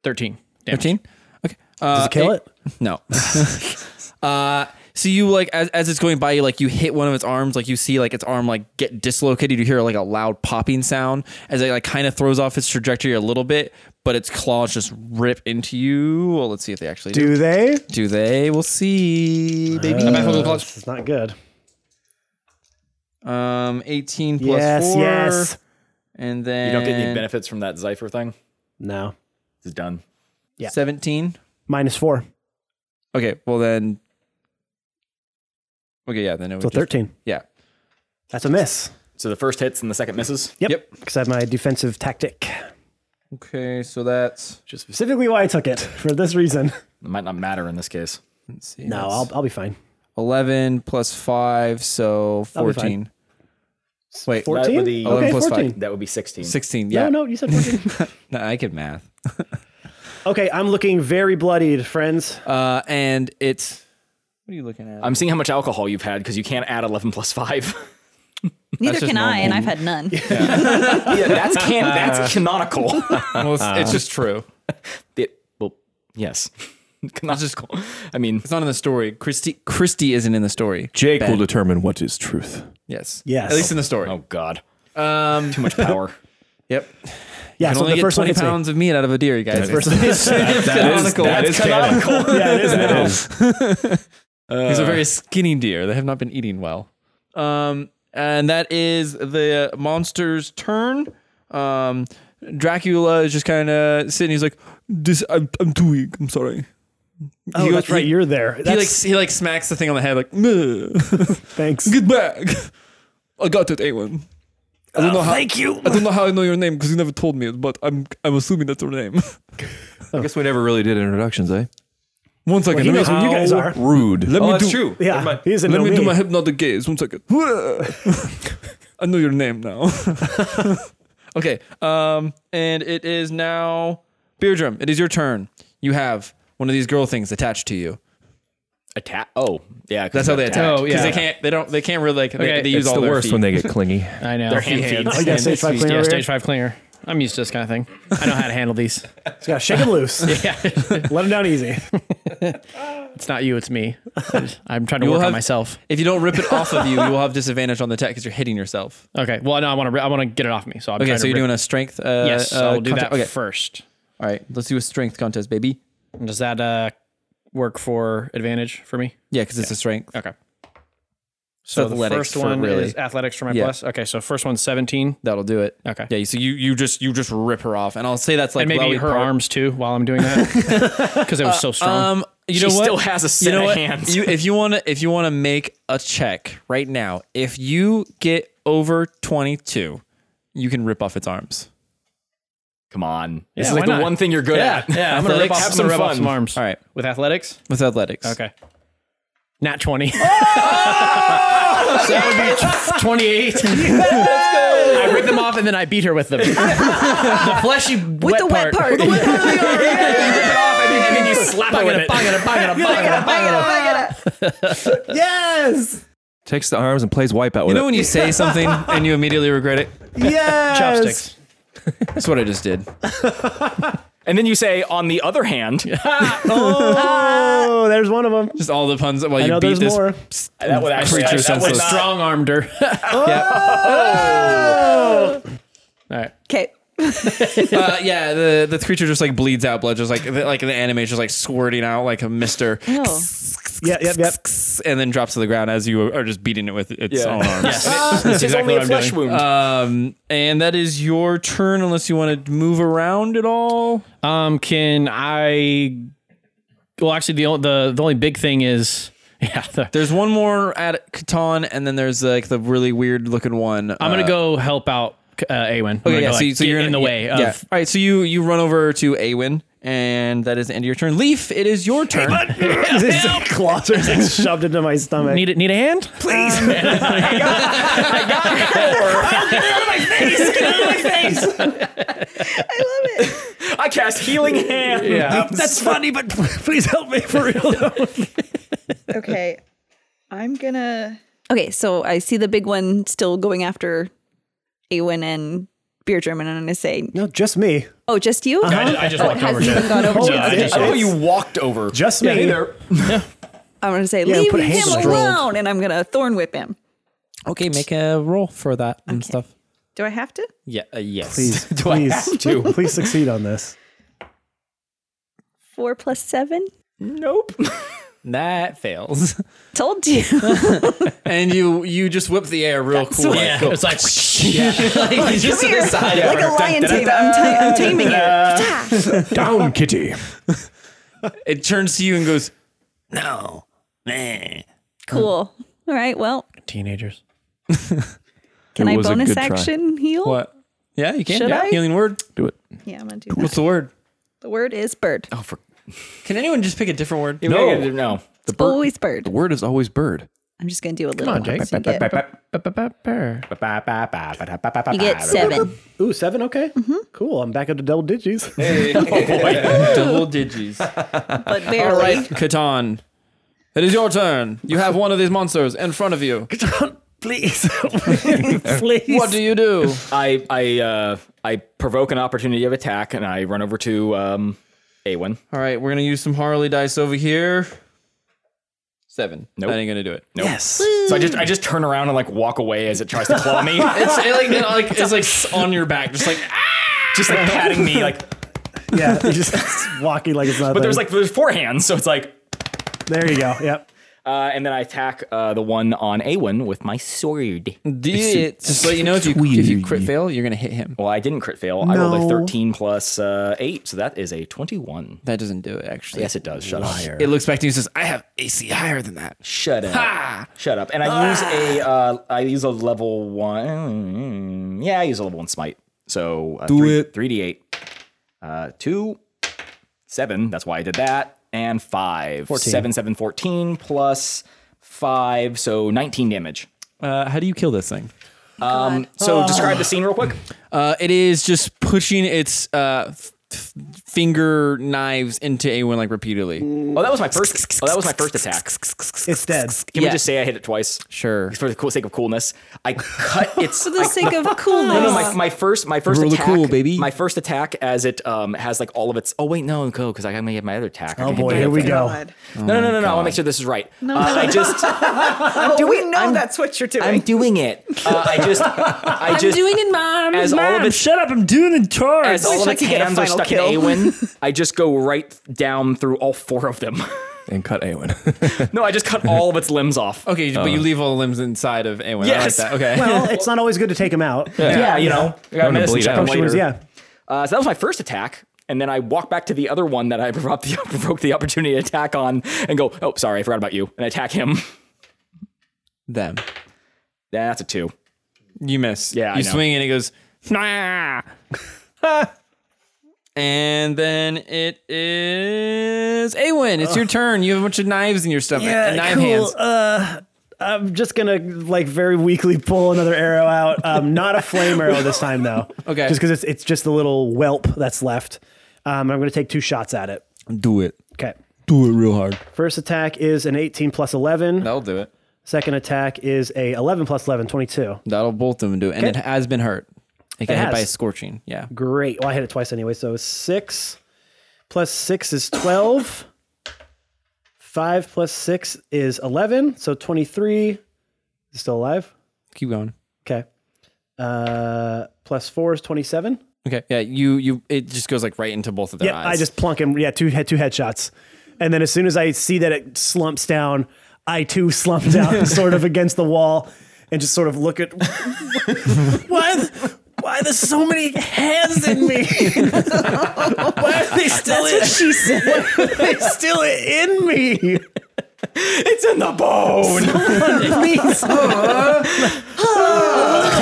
Speaker 5: 13. damage.
Speaker 4: 15? Okay. Uh,
Speaker 3: Does it kill it?
Speaker 4: No. [laughs] uh, so you like as, as it's going by, you like you hit one of its arms, like you see like its arm like get dislocated. You hear like a loud popping sound as it like kind of throws off its trajectory a little bit, but its claws just rip into you. Well, let's see if they actually do.
Speaker 3: Do they?
Speaker 4: Do they? We'll see. They do.
Speaker 3: Uh, This is not good.
Speaker 4: Um, eighteen plus
Speaker 3: Yes,
Speaker 4: four,
Speaker 3: yes.
Speaker 4: and then
Speaker 6: You don't get any benefits from that Zypher thing?
Speaker 3: No.
Speaker 6: It's done.
Speaker 3: Yeah.
Speaker 4: Seventeen.
Speaker 3: Minus four.
Speaker 4: Okay. Well then. Okay. Yeah. Then it would.
Speaker 3: So
Speaker 4: just-
Speaker 3: 13.
Speaker 4: Yeah.
Speaker 3: That's a miss.
Speaker 6: So the first hits and the second misses?
Speaker 3: Yep.
Speaker 4: Yep.
Speaker 3: Because I have my defensive tactic,
Speaker 4: Okay. So that's.
Speaker 3: which is specifically why I took it for this reason.
Speaker 6: It might not matter in this case.
Speaker 4: Let's see.
Speaker 3: No,
Speaker 4: that's-
Speaker 3: I'll, I'll be fine.
Speaker 4: 11 plus 5, so
Speaker 3: That'll be
Speaker 4: 14. Wait,
Speaker 6: would
Speaker 3: 14?
Speaker 6: be-
Speaker 3: okay,
Speaker 4: 11 plus five.
Speaker 3: 14.
Speaker 6: That would be 16.
Speaker 4: 16.
Speaker 3: No,
Speaker 4: Yeah.
Speaker 3: no, you
Speaker 4: [laughs]
Speaker 3: said 14.
Speaker 4: No, I could math.
Speaker 3: okay, I'm looking very bloodied, friends.
Speaker 4: Uh, and it's. What are you looking at?
Speaker 6: I'm seeing how much alcohol you've had because you can't add 11 plus [laughs] 5.
Speaker 7: Neither
Speaker 4: just
Speaker 7: can I, and
Speaker 4: normal.
Speaker 7: I've had none.
Speaker 6: yeah, [laughs] that's can that's canonical.
Speaker 4: Well, it's,
Speaker 3: Uh-huh.
Speaker 4: it's just true.
Speaker 6: It- well, [laughs] yes. [laughs] canonical. I mean,
Speaker 4: It's not in the story. Christy Christy isn't in the story.
Speaker 1: Jake will determine what is truth.
Speaker 4: Yes.
Speaker 3: Yes.
Speaker 4: At least in the story.
Speaker 6: oh god,
Speaker 4: Um,
Speaker 6: too much power.
Speaker 4: yep.
Speaker 3: Yeah,
Speaker 4: I
Speaker 3: so
Speaker 4: only
Speaker 3: the
Speaker 4: get
Speaker 3: first one
Speaker 4: 20
Speaker 3: hits me.
Speaker 4: pounds of meat out of a deer, you [laughs] guys.
Speaker 3: First one hits me. [laughs]
Speaker 1: That is, that is canon.
Speaker 3: Yeah, it is now.
Speaker 4: These are very skinny deer. They have not been eating well. Um, and that is the monster's turn. Um, Dracula is just kind of sitting. He's like, "This, I'm, I'm too weak. I'm sorry."
Speaker 3: Oh,
Speaker 4: He
Speaker 3: that's
Speaker 4: goes-
Speaker 3: right.
Speaker 4: he-
Speaker 3: You're there.
Speaker 4: He
Speaker 3: That's,
Speaker 4: like he like smacks the thing on the head like, "Meh.
Speaker 3: thanks.
Speaker 4: "Get [laughs] back! I got it, Awen. I
Speaker 3: Oh,
Speaker 4: don't know how. Thank you. I don't know how I know your name because you never told me it, but I'm I'm assuming that's your name.
Speaker 1: I guess we never really did introductions, eh?
Speaker 4: One second,
Speaker 3: He
Speaker 4: let me-
Speaker 3: knows who you guys are.
Speaker 1: Rude.
Speaker 4: Let me do-
Speaker 3: Yeah, he doesn't
Speaker 4: Let
Speaker 3: know
Speaker 4: me
Speaker 3: me.
Speaker 4: do my hypnotic gaze. One second. I know your name
Speaker 5: [laughs]
Speaker 4: now. [laughs] okay. Um, and it is now Beardrum. It is your turn. You have one of these girl things attached to you.
Speaker 6: Attack. Oh, yeah. 'cause
Speaker 4: That's how they
Speaker 6: attack.
Speaker 4: attack.
Speaker 5: Oh, yeah.
Speaker 4: Because they can't. They don't. They can't really like. They,
Speaker 5: Okay,
Speaker 4: they use
Speaker 1: It's
Speaker 4: all
Speaker 1: the
Speaker 4: their
Speaker 1: worst
Speaker 4: feet.
Speaker 1: when they get clingy.
Speaker 5: I know.
Speaker 6: Their hand
Speaker 5: Yeah,
Speaker 6: feeds.
Speaker 3: Oh, you
Speaker 6: [laughs]
Speaker 3: got stage five clean
Speaker 5: yeah,
Speaker 3: over
Speaker 5: stage
Speaker 3: here?
Speaker 5: five cleaner. I'm used to this kind of thing. I know how to handle these.
Speaker 3: Just gotta shake him loose.
Speaker 4: [laughs]
Speaker 3: Let him down easy.
Speaker 5: It's not you,
Speaker 4: [laughs]
Speaker 5: it's me. I just- I'm trying to
Speaker 4: You will
Speaker 5: work on
Speaker 4: have-
Speaker 5: myself.
Speaker 4: If you don't rip it off of you, you will have disadvantage on the attack because you're hitting yourself.
Speaker 5: Okay. Well, no, I want to. I want to get it off me. So I'm
Speaker 4: Okay.
Speaker 5: trying
Speaker 4: So
Speaker 5: to
Speaker 4: you're
Speaker 5: rip-
Speaker 4: doing a strength. Uh,
Speaker 5: Yes,
Speaker 4: uh,
Speaker 5: I'll do
Speaker 4: contest-
Speaker 5: that
Speaker 4: Okay.
Speaker 5: first.
Speaker 4: All right. Let's do a strength contest, baby.
Speaker 5: And Does that uh, work for advantage for me?
Speaker 4: Yeah, because it's a strength.
Speaker 5: Okay. So the
Speaker 4: athletics
Speaker 5: first
Speaker 4: for
Speaker 5: one
Speaker 4: really.
Speaker 5: is athletics for my
Speaker 4: Yeah.
Speaker 5: plus. Okay, so first one's 17.
Speaker 4: That'll do it.
Speaker 5: Okay.
Speaker 4: Yeah. So you you just you just rip her off, and I'll say that's like
Speaker 5: and maybe
Speaker 4: Lally
Speaker 5: her
Speaker 4: Park-
Speaker 5: arms too while I'm doing that because it was so strong.
Speaker 4: Um, you
Speaker 6: She
Speaker 4: know what?
Speaker 6: still has a set
Speaker 4: you know
Speaker 6: of
Speaker 4: what?
Speaker 6: hands.
Speaker 4: You, if you want to, if you want to make a check right now, if you get over twenty two, you can rip off its arms.
Speaker 6: Come on. This
Speaker 5: Yeah,
Speaker 6: is like
Speaker 5: why
Speaker 6: the
Speaker 5: not?
Speaker 6: one thing you're good
Speaker 5: yeah,
Speaker 6: at.
Speaker 5: yeah. I'm gonna
Speaker 6: Athletics,
Speaker 5: rip off,
Speaker 6: have
Speaker 5: I'm
Speaker 6: some
Speaker 5: gonna rip off
Speaker 6: fun.
Speaker 5: some arms.
Speaker 4: All right,
Speaker 5: with athletics.
Speaker 4: with athletics.
Speaker 5: Okay. Nat 20. so that would be 28. I rip them off and then I beat her with them. the fleshy
Speaker 7: With the wet
Speaker 5: [laughs]
Speaker 7: part. With the wet part.
Speaker 6: and then you slap it with it.
Speaker 5: [laughs]
Speaker 3: [laughs] Yes.
Speaker 1: Takes the arms and plays Wipeout with
Speaker 4: You know
Speaker 1: it.
Speaker 4: when you say something [laughs] and you immediately regret it?
Speaker 3: Yes.
Speaker 5: Chopsticks.
Speaker 4: That's what I just did.
Speaker 6: And then you say, on the other hand,
Speaker 3: Oh, there's one of them.
Speaker 4: Just all the puns while
Speaker 3: I
Speaker 4: you
Speaker 3: know
Speaker 4: beat this.
Speaker 3: there's more.
Speaker 6: that would actually
Speaker 4: Creature
Speaker 6: [laughs] that would
Speaker 4: senses.
Speaker 6: not-
Speaker 5: Strong armed her.
Speaker 4: Yeah.
Speaker 5: All right.
Speaker 7: Okay.
Speaker 4: Uh, yeah, the the creature just like bleeds out blood, just like like the animation, just like squirting out like a mister.
Speaker 7: Oh.
Speaker 3: Yep, yep, yep.
Speaker 4: And then drops to the ground as you are just beating it with its
Speaker 6: Yeah.
Speaker 4: own arms.
Speaker 6: This is only a flesh wound.
Speaker 4: Um, and that is your turn, unless you want to move around at all.
Speaker 5: Um, can I? Well, actually, the only, the the only big thing is [laughs] yeah. The,
Speaker 4: There's one more at Catan, and then there's like the really weird looking one.
Speaker 5: I'm gonna
Speaker 4: uh,
Speaker 5: go help out uh, Awen.
Speaker 4: Okay, yeah. So, you- so you're
Speaker 5: in the
Speaker 4: yeah,
Speaker 5: way.
Speaker 4: Yeah.
Speaker 5: Of,
Speaker 4: All right. So you you run over to Awen, and that is the end of your turn. Leaf, it is your turn. [laughs]
Speaker 3: His claws are like shoved into my stomach.
Speaker 5: Need it? Need a hand?
Speaker 7: I love it.
Speaker 6: I cast healing hand.
Speaker 5: Yeah.
Speaker 3: That's funny, but [laughs] please help me for real.
Speaker 7: Okay. I'm gonna Okay, so I see the big one still going after Awen and Beer German, and I'm gonna say,
Speaker 3: no, just me.
Speaker 7: "Oh, just you?
Speaker 5: I, did- I just
Speaker 7: Oh, it
Speaker 6: [laughs]
Speaker 5: walked over
Speaker 7: hasn't
Speaker 5: to
Speaker 7: even
Speaker 5: it.
Speaker 7: gone over to
Speaker 3: I
Speaker 7: him.
Speaker 3: just-
Speaker 6: Oh, you walked over.
Speaker 3: Just me.
Speaker 6: hey there.
Speaker 7: I'm gonna say,
Speaker 3: Yeah,
Speaker 7: "Leave
Speaker 3: put a hand
Speaker 7: him
Speaker 3: on his roll.
Speaker 7: alone," and I'm gonna thorn whip him.
Speaker 9: Okay, make a roll for that and stuff.
Speaker 7: Do I have to?
Speaker 9: Yeah. Uh, yes.
Speaker 3: Please, [laughs] please, please succeed on this.
Speaker 7: Four plus seven.
Speaker 6: Nope.
Speaker 9: That fails.
Speaker 7: Told you.
Speaker 4: [laughs] and you you just whip the air real cool. like, [laughs]
Speaker 5: Yeah,
Speaker 4: go.
Speaker 5: it's like, [laughs] yeah.
Speaker 7: [laughs]
Speaker 5: like just
Speaker 7: Come here. like a lion tamer. I'm, ta- I'm taming you. Ta.
Speaker 1: Down, kitty.
Speaker 4: [laughs] It turns to you and goes,
Speaker 7: cool. All right. Well,
Speaker 5: teenagers.
Speaker 7: can
Speaker 1: It
Speaker 7: I
Speaker 1: was a
Speaker 7: bonus
Speaker 1: good try.
Speaker 7: action heal?
Speaker 4: "What? Yeah, you can.
Speaker 7: Should
Speaker 4: yeah,
Speaker 7: I?
Speaker 4: healing word.
Speaker 1: Do it.
Speaker 7: Yeah, I'm gonna do that.
Speaker 4: What's the word?
Speaker 7: The word is bird.
Speaker 4: Can anyone just pick a different word?
Speaker 6: No. No.
Speaker 7: it's always bird.
Speaker 1: The word is always bird.
Speaker 7: I'm just gonna do a little. one. So you, get,
Speaker 8: You
Speaker 7: you get seven.
Speaker 3: Ooh, seven. Okay,
Speaker 7: Mm-hmm.
Speaker 3: cool. I'm back up to double digits. [laughs]
Speaker 4: Double [laughs] digits.
Speaker 7: [laughs] but barely.
Speaker 4: All right, Catan. It is your turn. You have one of these monsters in front of you.
Speaker 3: please, please.
Speaker 4: What do you do?
Speaker 6: I I uh, I provoke an opportunity of attack and I run over to um, Awen.
Speaker 4: All right, we're gonna use some Harley dice over here. Seven.
Speaker 6: Nope.
Speaker 4: That ain't gonna do it.
Speaker 6: Nope. Yes. So I just I just turn around and like walk away as it tries to
Speaker 3: [laughs]
Speaker 6: claw me,
Speaker 4: It's it like, it like it's like s- on your back, just like ah!
Speaker 6: just like patting me like.
Speaker 3: Yeah, you're just walking like it's nothing.
Speaker 6: But there's like there's four hands, so it's like.
Speaker 3: there you go. Yep.
Speaker 6: Uh, and then I attack uh, the one on Awen with my sword.
Speaker 4: Just let you know if you if you crit fail, you're gonna hit him.
Speaker 6: Well, I didn't crit fail. I rolled
Speaker 3: No.
Speaker 6: a 13 plus uh, 8, so that is a 21.
Speaker 4: That doesn't do it actually.
Speaker 6: Yes, it does. Shut up.
Speaker 4: It looks back to you and says, "I have AC higher than that."
Speaker 6: Shut up. Shut up. And I use a uh, I use a level one. Yeah, I use a level one smite. So uh, do it. Three d eight. Uh, two, seven. That's why I did that. And five. 14. Seven, seven, 14 plus five. So nineteen damage.
Speaker 4: Uh, how do you kill this thing?
Speaker 6: Um, so describe the scene real quick.
Speaker 4: Uh, it is just pushing its uh, f- f- finger knives into Awen like repeatedly.
Speaker 6: Oh, that was my first. Oh, that was my first attack.
Speaker 3: It's [laughs] dead.
Speaker 6: Can
Speaker 4: Yeah.
Speaker 6: we just say I hit it twice?
Speaker 4: Sure.
Speaker 6: For the cool sake of coolness, I cut its.
Speaker 7: For the sake [laughs] of coolness.
Speaker 6: No, no, my, my first, my first
Speaker 4: Rule of
Speaker 6: attack,
Speaker 4: cool, baby.
Speaker 6: My first attack as it um has like all of its. Oh wait, no, go because I'm gonna get my other attack. I
Speaker 3: Oh
Speaker 6: can hit
Speaker 3: boy,
Speaker 6: both
Speaker 3: here
Speaker 6: of
Speaker 3: we
Speaker 6: them.
Speaker 3: go.
Speaker 6: No, no, no, no, no.
Speaker 1: Oh,
Speaker 6: I want to make sure this is right. No, I just,
Speaker 7: we know that's what you're doing.
Speaker 6: I'm doing it. Uh, I just, I just.
Speaker 7: it, mom.
Speaker 6: as all of its,
Speaker 5: Shut up! I'm doing a charge.
Speaker 6: as all
Speaker 7: Wish
Speaker 6: of
Speaker 7: I
Speaker 6: its
Speaker 7: could get a
Speaker 6: hands are
Speaker 7: final
Speaker 6: stuck
Speaker 7: kill.
Speaker 6: in Awen, I just go right down through all four of them.
Speaker 1: And cut
Speaker 6: [laughs]
Speaker 1: Awen.
Speaker 6: no, I just cut all of its limbs off.
Speaker 4: Okay, but you leave all the limbs inside of Awen.
Speaker 6: Yes.
Speaker 4: I like that. Okay.
Speaker 3: Well, it's not always good to take him out.
Speaker 6: Yeah, you know, I got
Speaker 1: Don't
Speaker 6: medicine
Speaker 1: bleed
Speaker 6: check
Speaker 1: out.
Speaker 6: them
Speaker 3: She
Speaker 6: later.
Speaker 3: was- yeah.
Speaker 6: Uh, so that was my first attack. And then I walk back to the other one that I [laughs] provoked the, provoked the opportunity to attack on and go, oh, sorry, I forgot about you, and attack him.
Speaker 4: [laughs]
Speaker 6: [laughs]
Speaker 4: Them.
Speaker 6: That's a two.
Speaker 4: You miss.
Speaker 6: Yeah, I
Speaker 4: You
Speaker 6: know.
Speaker 4: swing and it goes, nah. and then it is Awen. It's your turn. You have a bunch of knives in your stomach. and knife hands.
Speaker 3: Uh, I'm just gonna like very weakly pull another arrow out. Um, not a flame arrow this time though.
Speaker 4: [laughs] Okay.
Speaker 3: Just because it's it's just the little whelp that's left. Um, I'm gonna take two shots at it.
Speaker 4: Do it.
Speaker 3: Okay.
Speaker 4: Do it real hard.
Speaker 3: First attack is an 18 plus 11.
Speaker 4: That'll do it.
Speaker 3: Second attack is a 11 plus 11, 22.
Speaker 4: That'll bolt them and do it. And it has been hurt. It got
Speaker 3: It
Speaker 4: hit by
Speaker 3: has.
Speaker 4: scorching. Yeah.
Speaker 3: Great. Well, I hit it twice anyway. So six plus six is 12. Five plus six is 11. So 23 is still alive.
Speaker 4: Keep going.
Speaker 3: Okay. Uh, plus four is 27.
Speaker 4: Okay. Yeah. You you. It just goes like right into both of their
Speaker 3: Yeah,
Speaker 4: eyes.
Speaker 3: I just plunk him. Yeah, two head two headshots, and then as soon as I see that it slumps down, I too [laughs] slump down, sort of against the wall, and just sort of look at [laughs] why. th- Why there's so many hands in me? [laughs] Why are they still in?
Speaker 7: She said,
Speaker 3: They're still in me.
Speaker 6: It's in the bone.
Speaker 3: [laughs]
Speaker 7: please.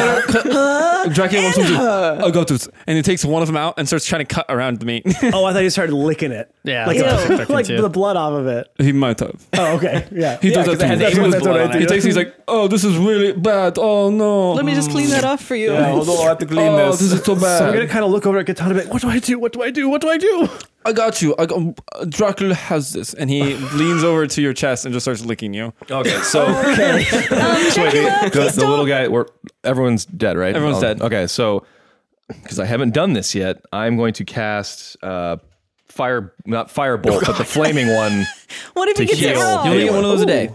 Speaker 4: Dracula wants him to. Oh, go to this. And he takes one of them out and starts trying to cut around the meat.
Speaker 3: Oh, I thought you started licking it.
Speaker 9: Yeah,
Speaker 3: like,
Speaker 9: that's what I was
Speaker 3: the,
Speaker 9: expecting
Speaker 3: [laughs] like
Speaker 9: too.
Speaker 3: the blood off of it.
Speaker 2: He might have.
Speaker 3: Oh, [laughs] okay, yeah.
Speaker 2: He
Speaker 3: yeah,
Speaker 2: does
Speaker 3: 'cause
Speaker 2: that
Speaker 3: it
Speaker 2: to
Speaker 3: has
Speaker 2: me.
Speaker 3: that
Speaker 2: He
Speaker 3: much
Speaker 2: does-
Speaker 3: blood on
Speaker 2: He
Speaker 3: it.
Speaker 2: takes. He's like, "Oh, this is really bad. Oh no."
Speaker 7: Let me just clean that off for you. Um,
Speaker 6: Although I have [laughs] to clean
Speaker 2: Oh,
Speaker 6: this.
Speaker 2: this is so bad.
Speaker 3: So I'm gonna kind of look over at Katana, and be like, what do I do? What do I do? What do I do?
Speaker 4: I got you. I
Speaker 2: um,
Speaker 4: got, Dracula has this, and he [laughs] leans over to your chest and just starts licking you.
Speaker 1: Okay, so
Speaker 7: Um, Dracula,
Speaker 1: the,
Speaker 7: please
Speaker 1: the little
Speaker 7: don't.
Speaker 1: guy. We're, everyone's dead, right? Oh,
Speaker 4: Everyone's dead.
Speaker 1: Okay, so because I haven't done this yet, I'm going to cast uh, fire, not
Speaker 3: [laughs]
Speaker 1: firebolt, but the flaming one.
Speaker 7: What if
Speaker 1: to
Speaker 7: he gets it
Speaker 1: heal.
Speaker 7: wrong?
Speaker 4: You only get one of those a day.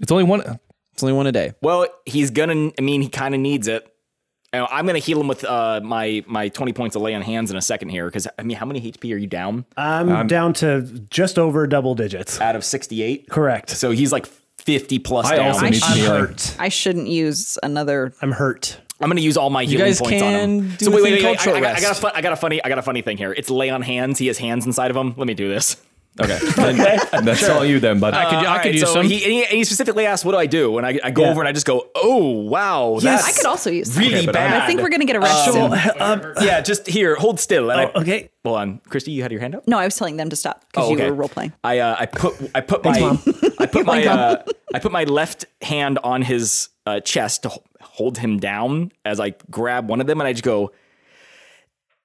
Speaker 1: It's only one.
Speaker 4: It's only one a day.
Speaker 6: Well, he's gonna. I mean, he kind of needs it. Now, I'm gonna heal him with uh, my my 20 points of lay on hands in a second here, because I mean, how many HP are you down?
Speaker 3: I'm down to just over double digits.
Speaker 6: Out of 68.
Speaker 3: Correct.
Speaker 6: So he's like 50 plus.
Speaker 1: I
Speaker 6: down.
Speaker 1: also need some
Speaker 3: I'm
Speaker 1: healing.
Speaker 3: hurt.
Speaker 7: I shouldn't use another.
Speaker 3: I'm hurt.
Speaker 6: I'm gonna use all my healing
Speaker 4: guys
Speaker 6: points on him.
Speaker 4: can do
Speaker 6: so
Speaker 4: a thing
Speaker 6: wait, wait, wait.
Speaker 4: called
Speaker 6: I-
Speaker 4: short
Speaker 6: I, I,
Speaker 4: rest.
Speaker 6: got a fun, I got a funny. I got a funny thing here. It's lay on hands. He has hands inside of him. Let me do this.
Speaker 1: Okay, then that's all you then, bud.
Speaker 5: I could, I
Speaker 6: All
Speaker 5: could
Speaker 6: right,
Speaker 5: use
Speaker 6: Uh, so
Speaker 5: some.
Speaker 6: He, and he, and he specifically asked, "What do I do?" And I, I go
Speaker 3: Yeah.
Speaker 6: over and I just go, "Oh wow,
Speaker 7: Yes.
Speaker 6: that's
Speaker 7: I could also use some.
Speaker 6: really
Speaker 7: Okay,
Speaker 1: but I'm-
Speaker 6: bad."
Speaker 7: I think we're gonna get arrested.
Speaker 6: Uh,
Speaker 7: soon.
Speaker 6: yeah, just here, hold still. And I,
Speaker 3: Oh, okay.
Speaker 6: hold on, Christy, you had your hand up.
Speaker 7: no, I was telling them to stop because
Speaker 6: Oh, okay.
Speaker 7: you were role playing.
Speaker 6: I uh, I put I put my I
Speaker 3: [laughs] Oh
Speaker 6: put my uh, I put my left hand on his uh, chest to h- hold him down as I grab one of them and I just go.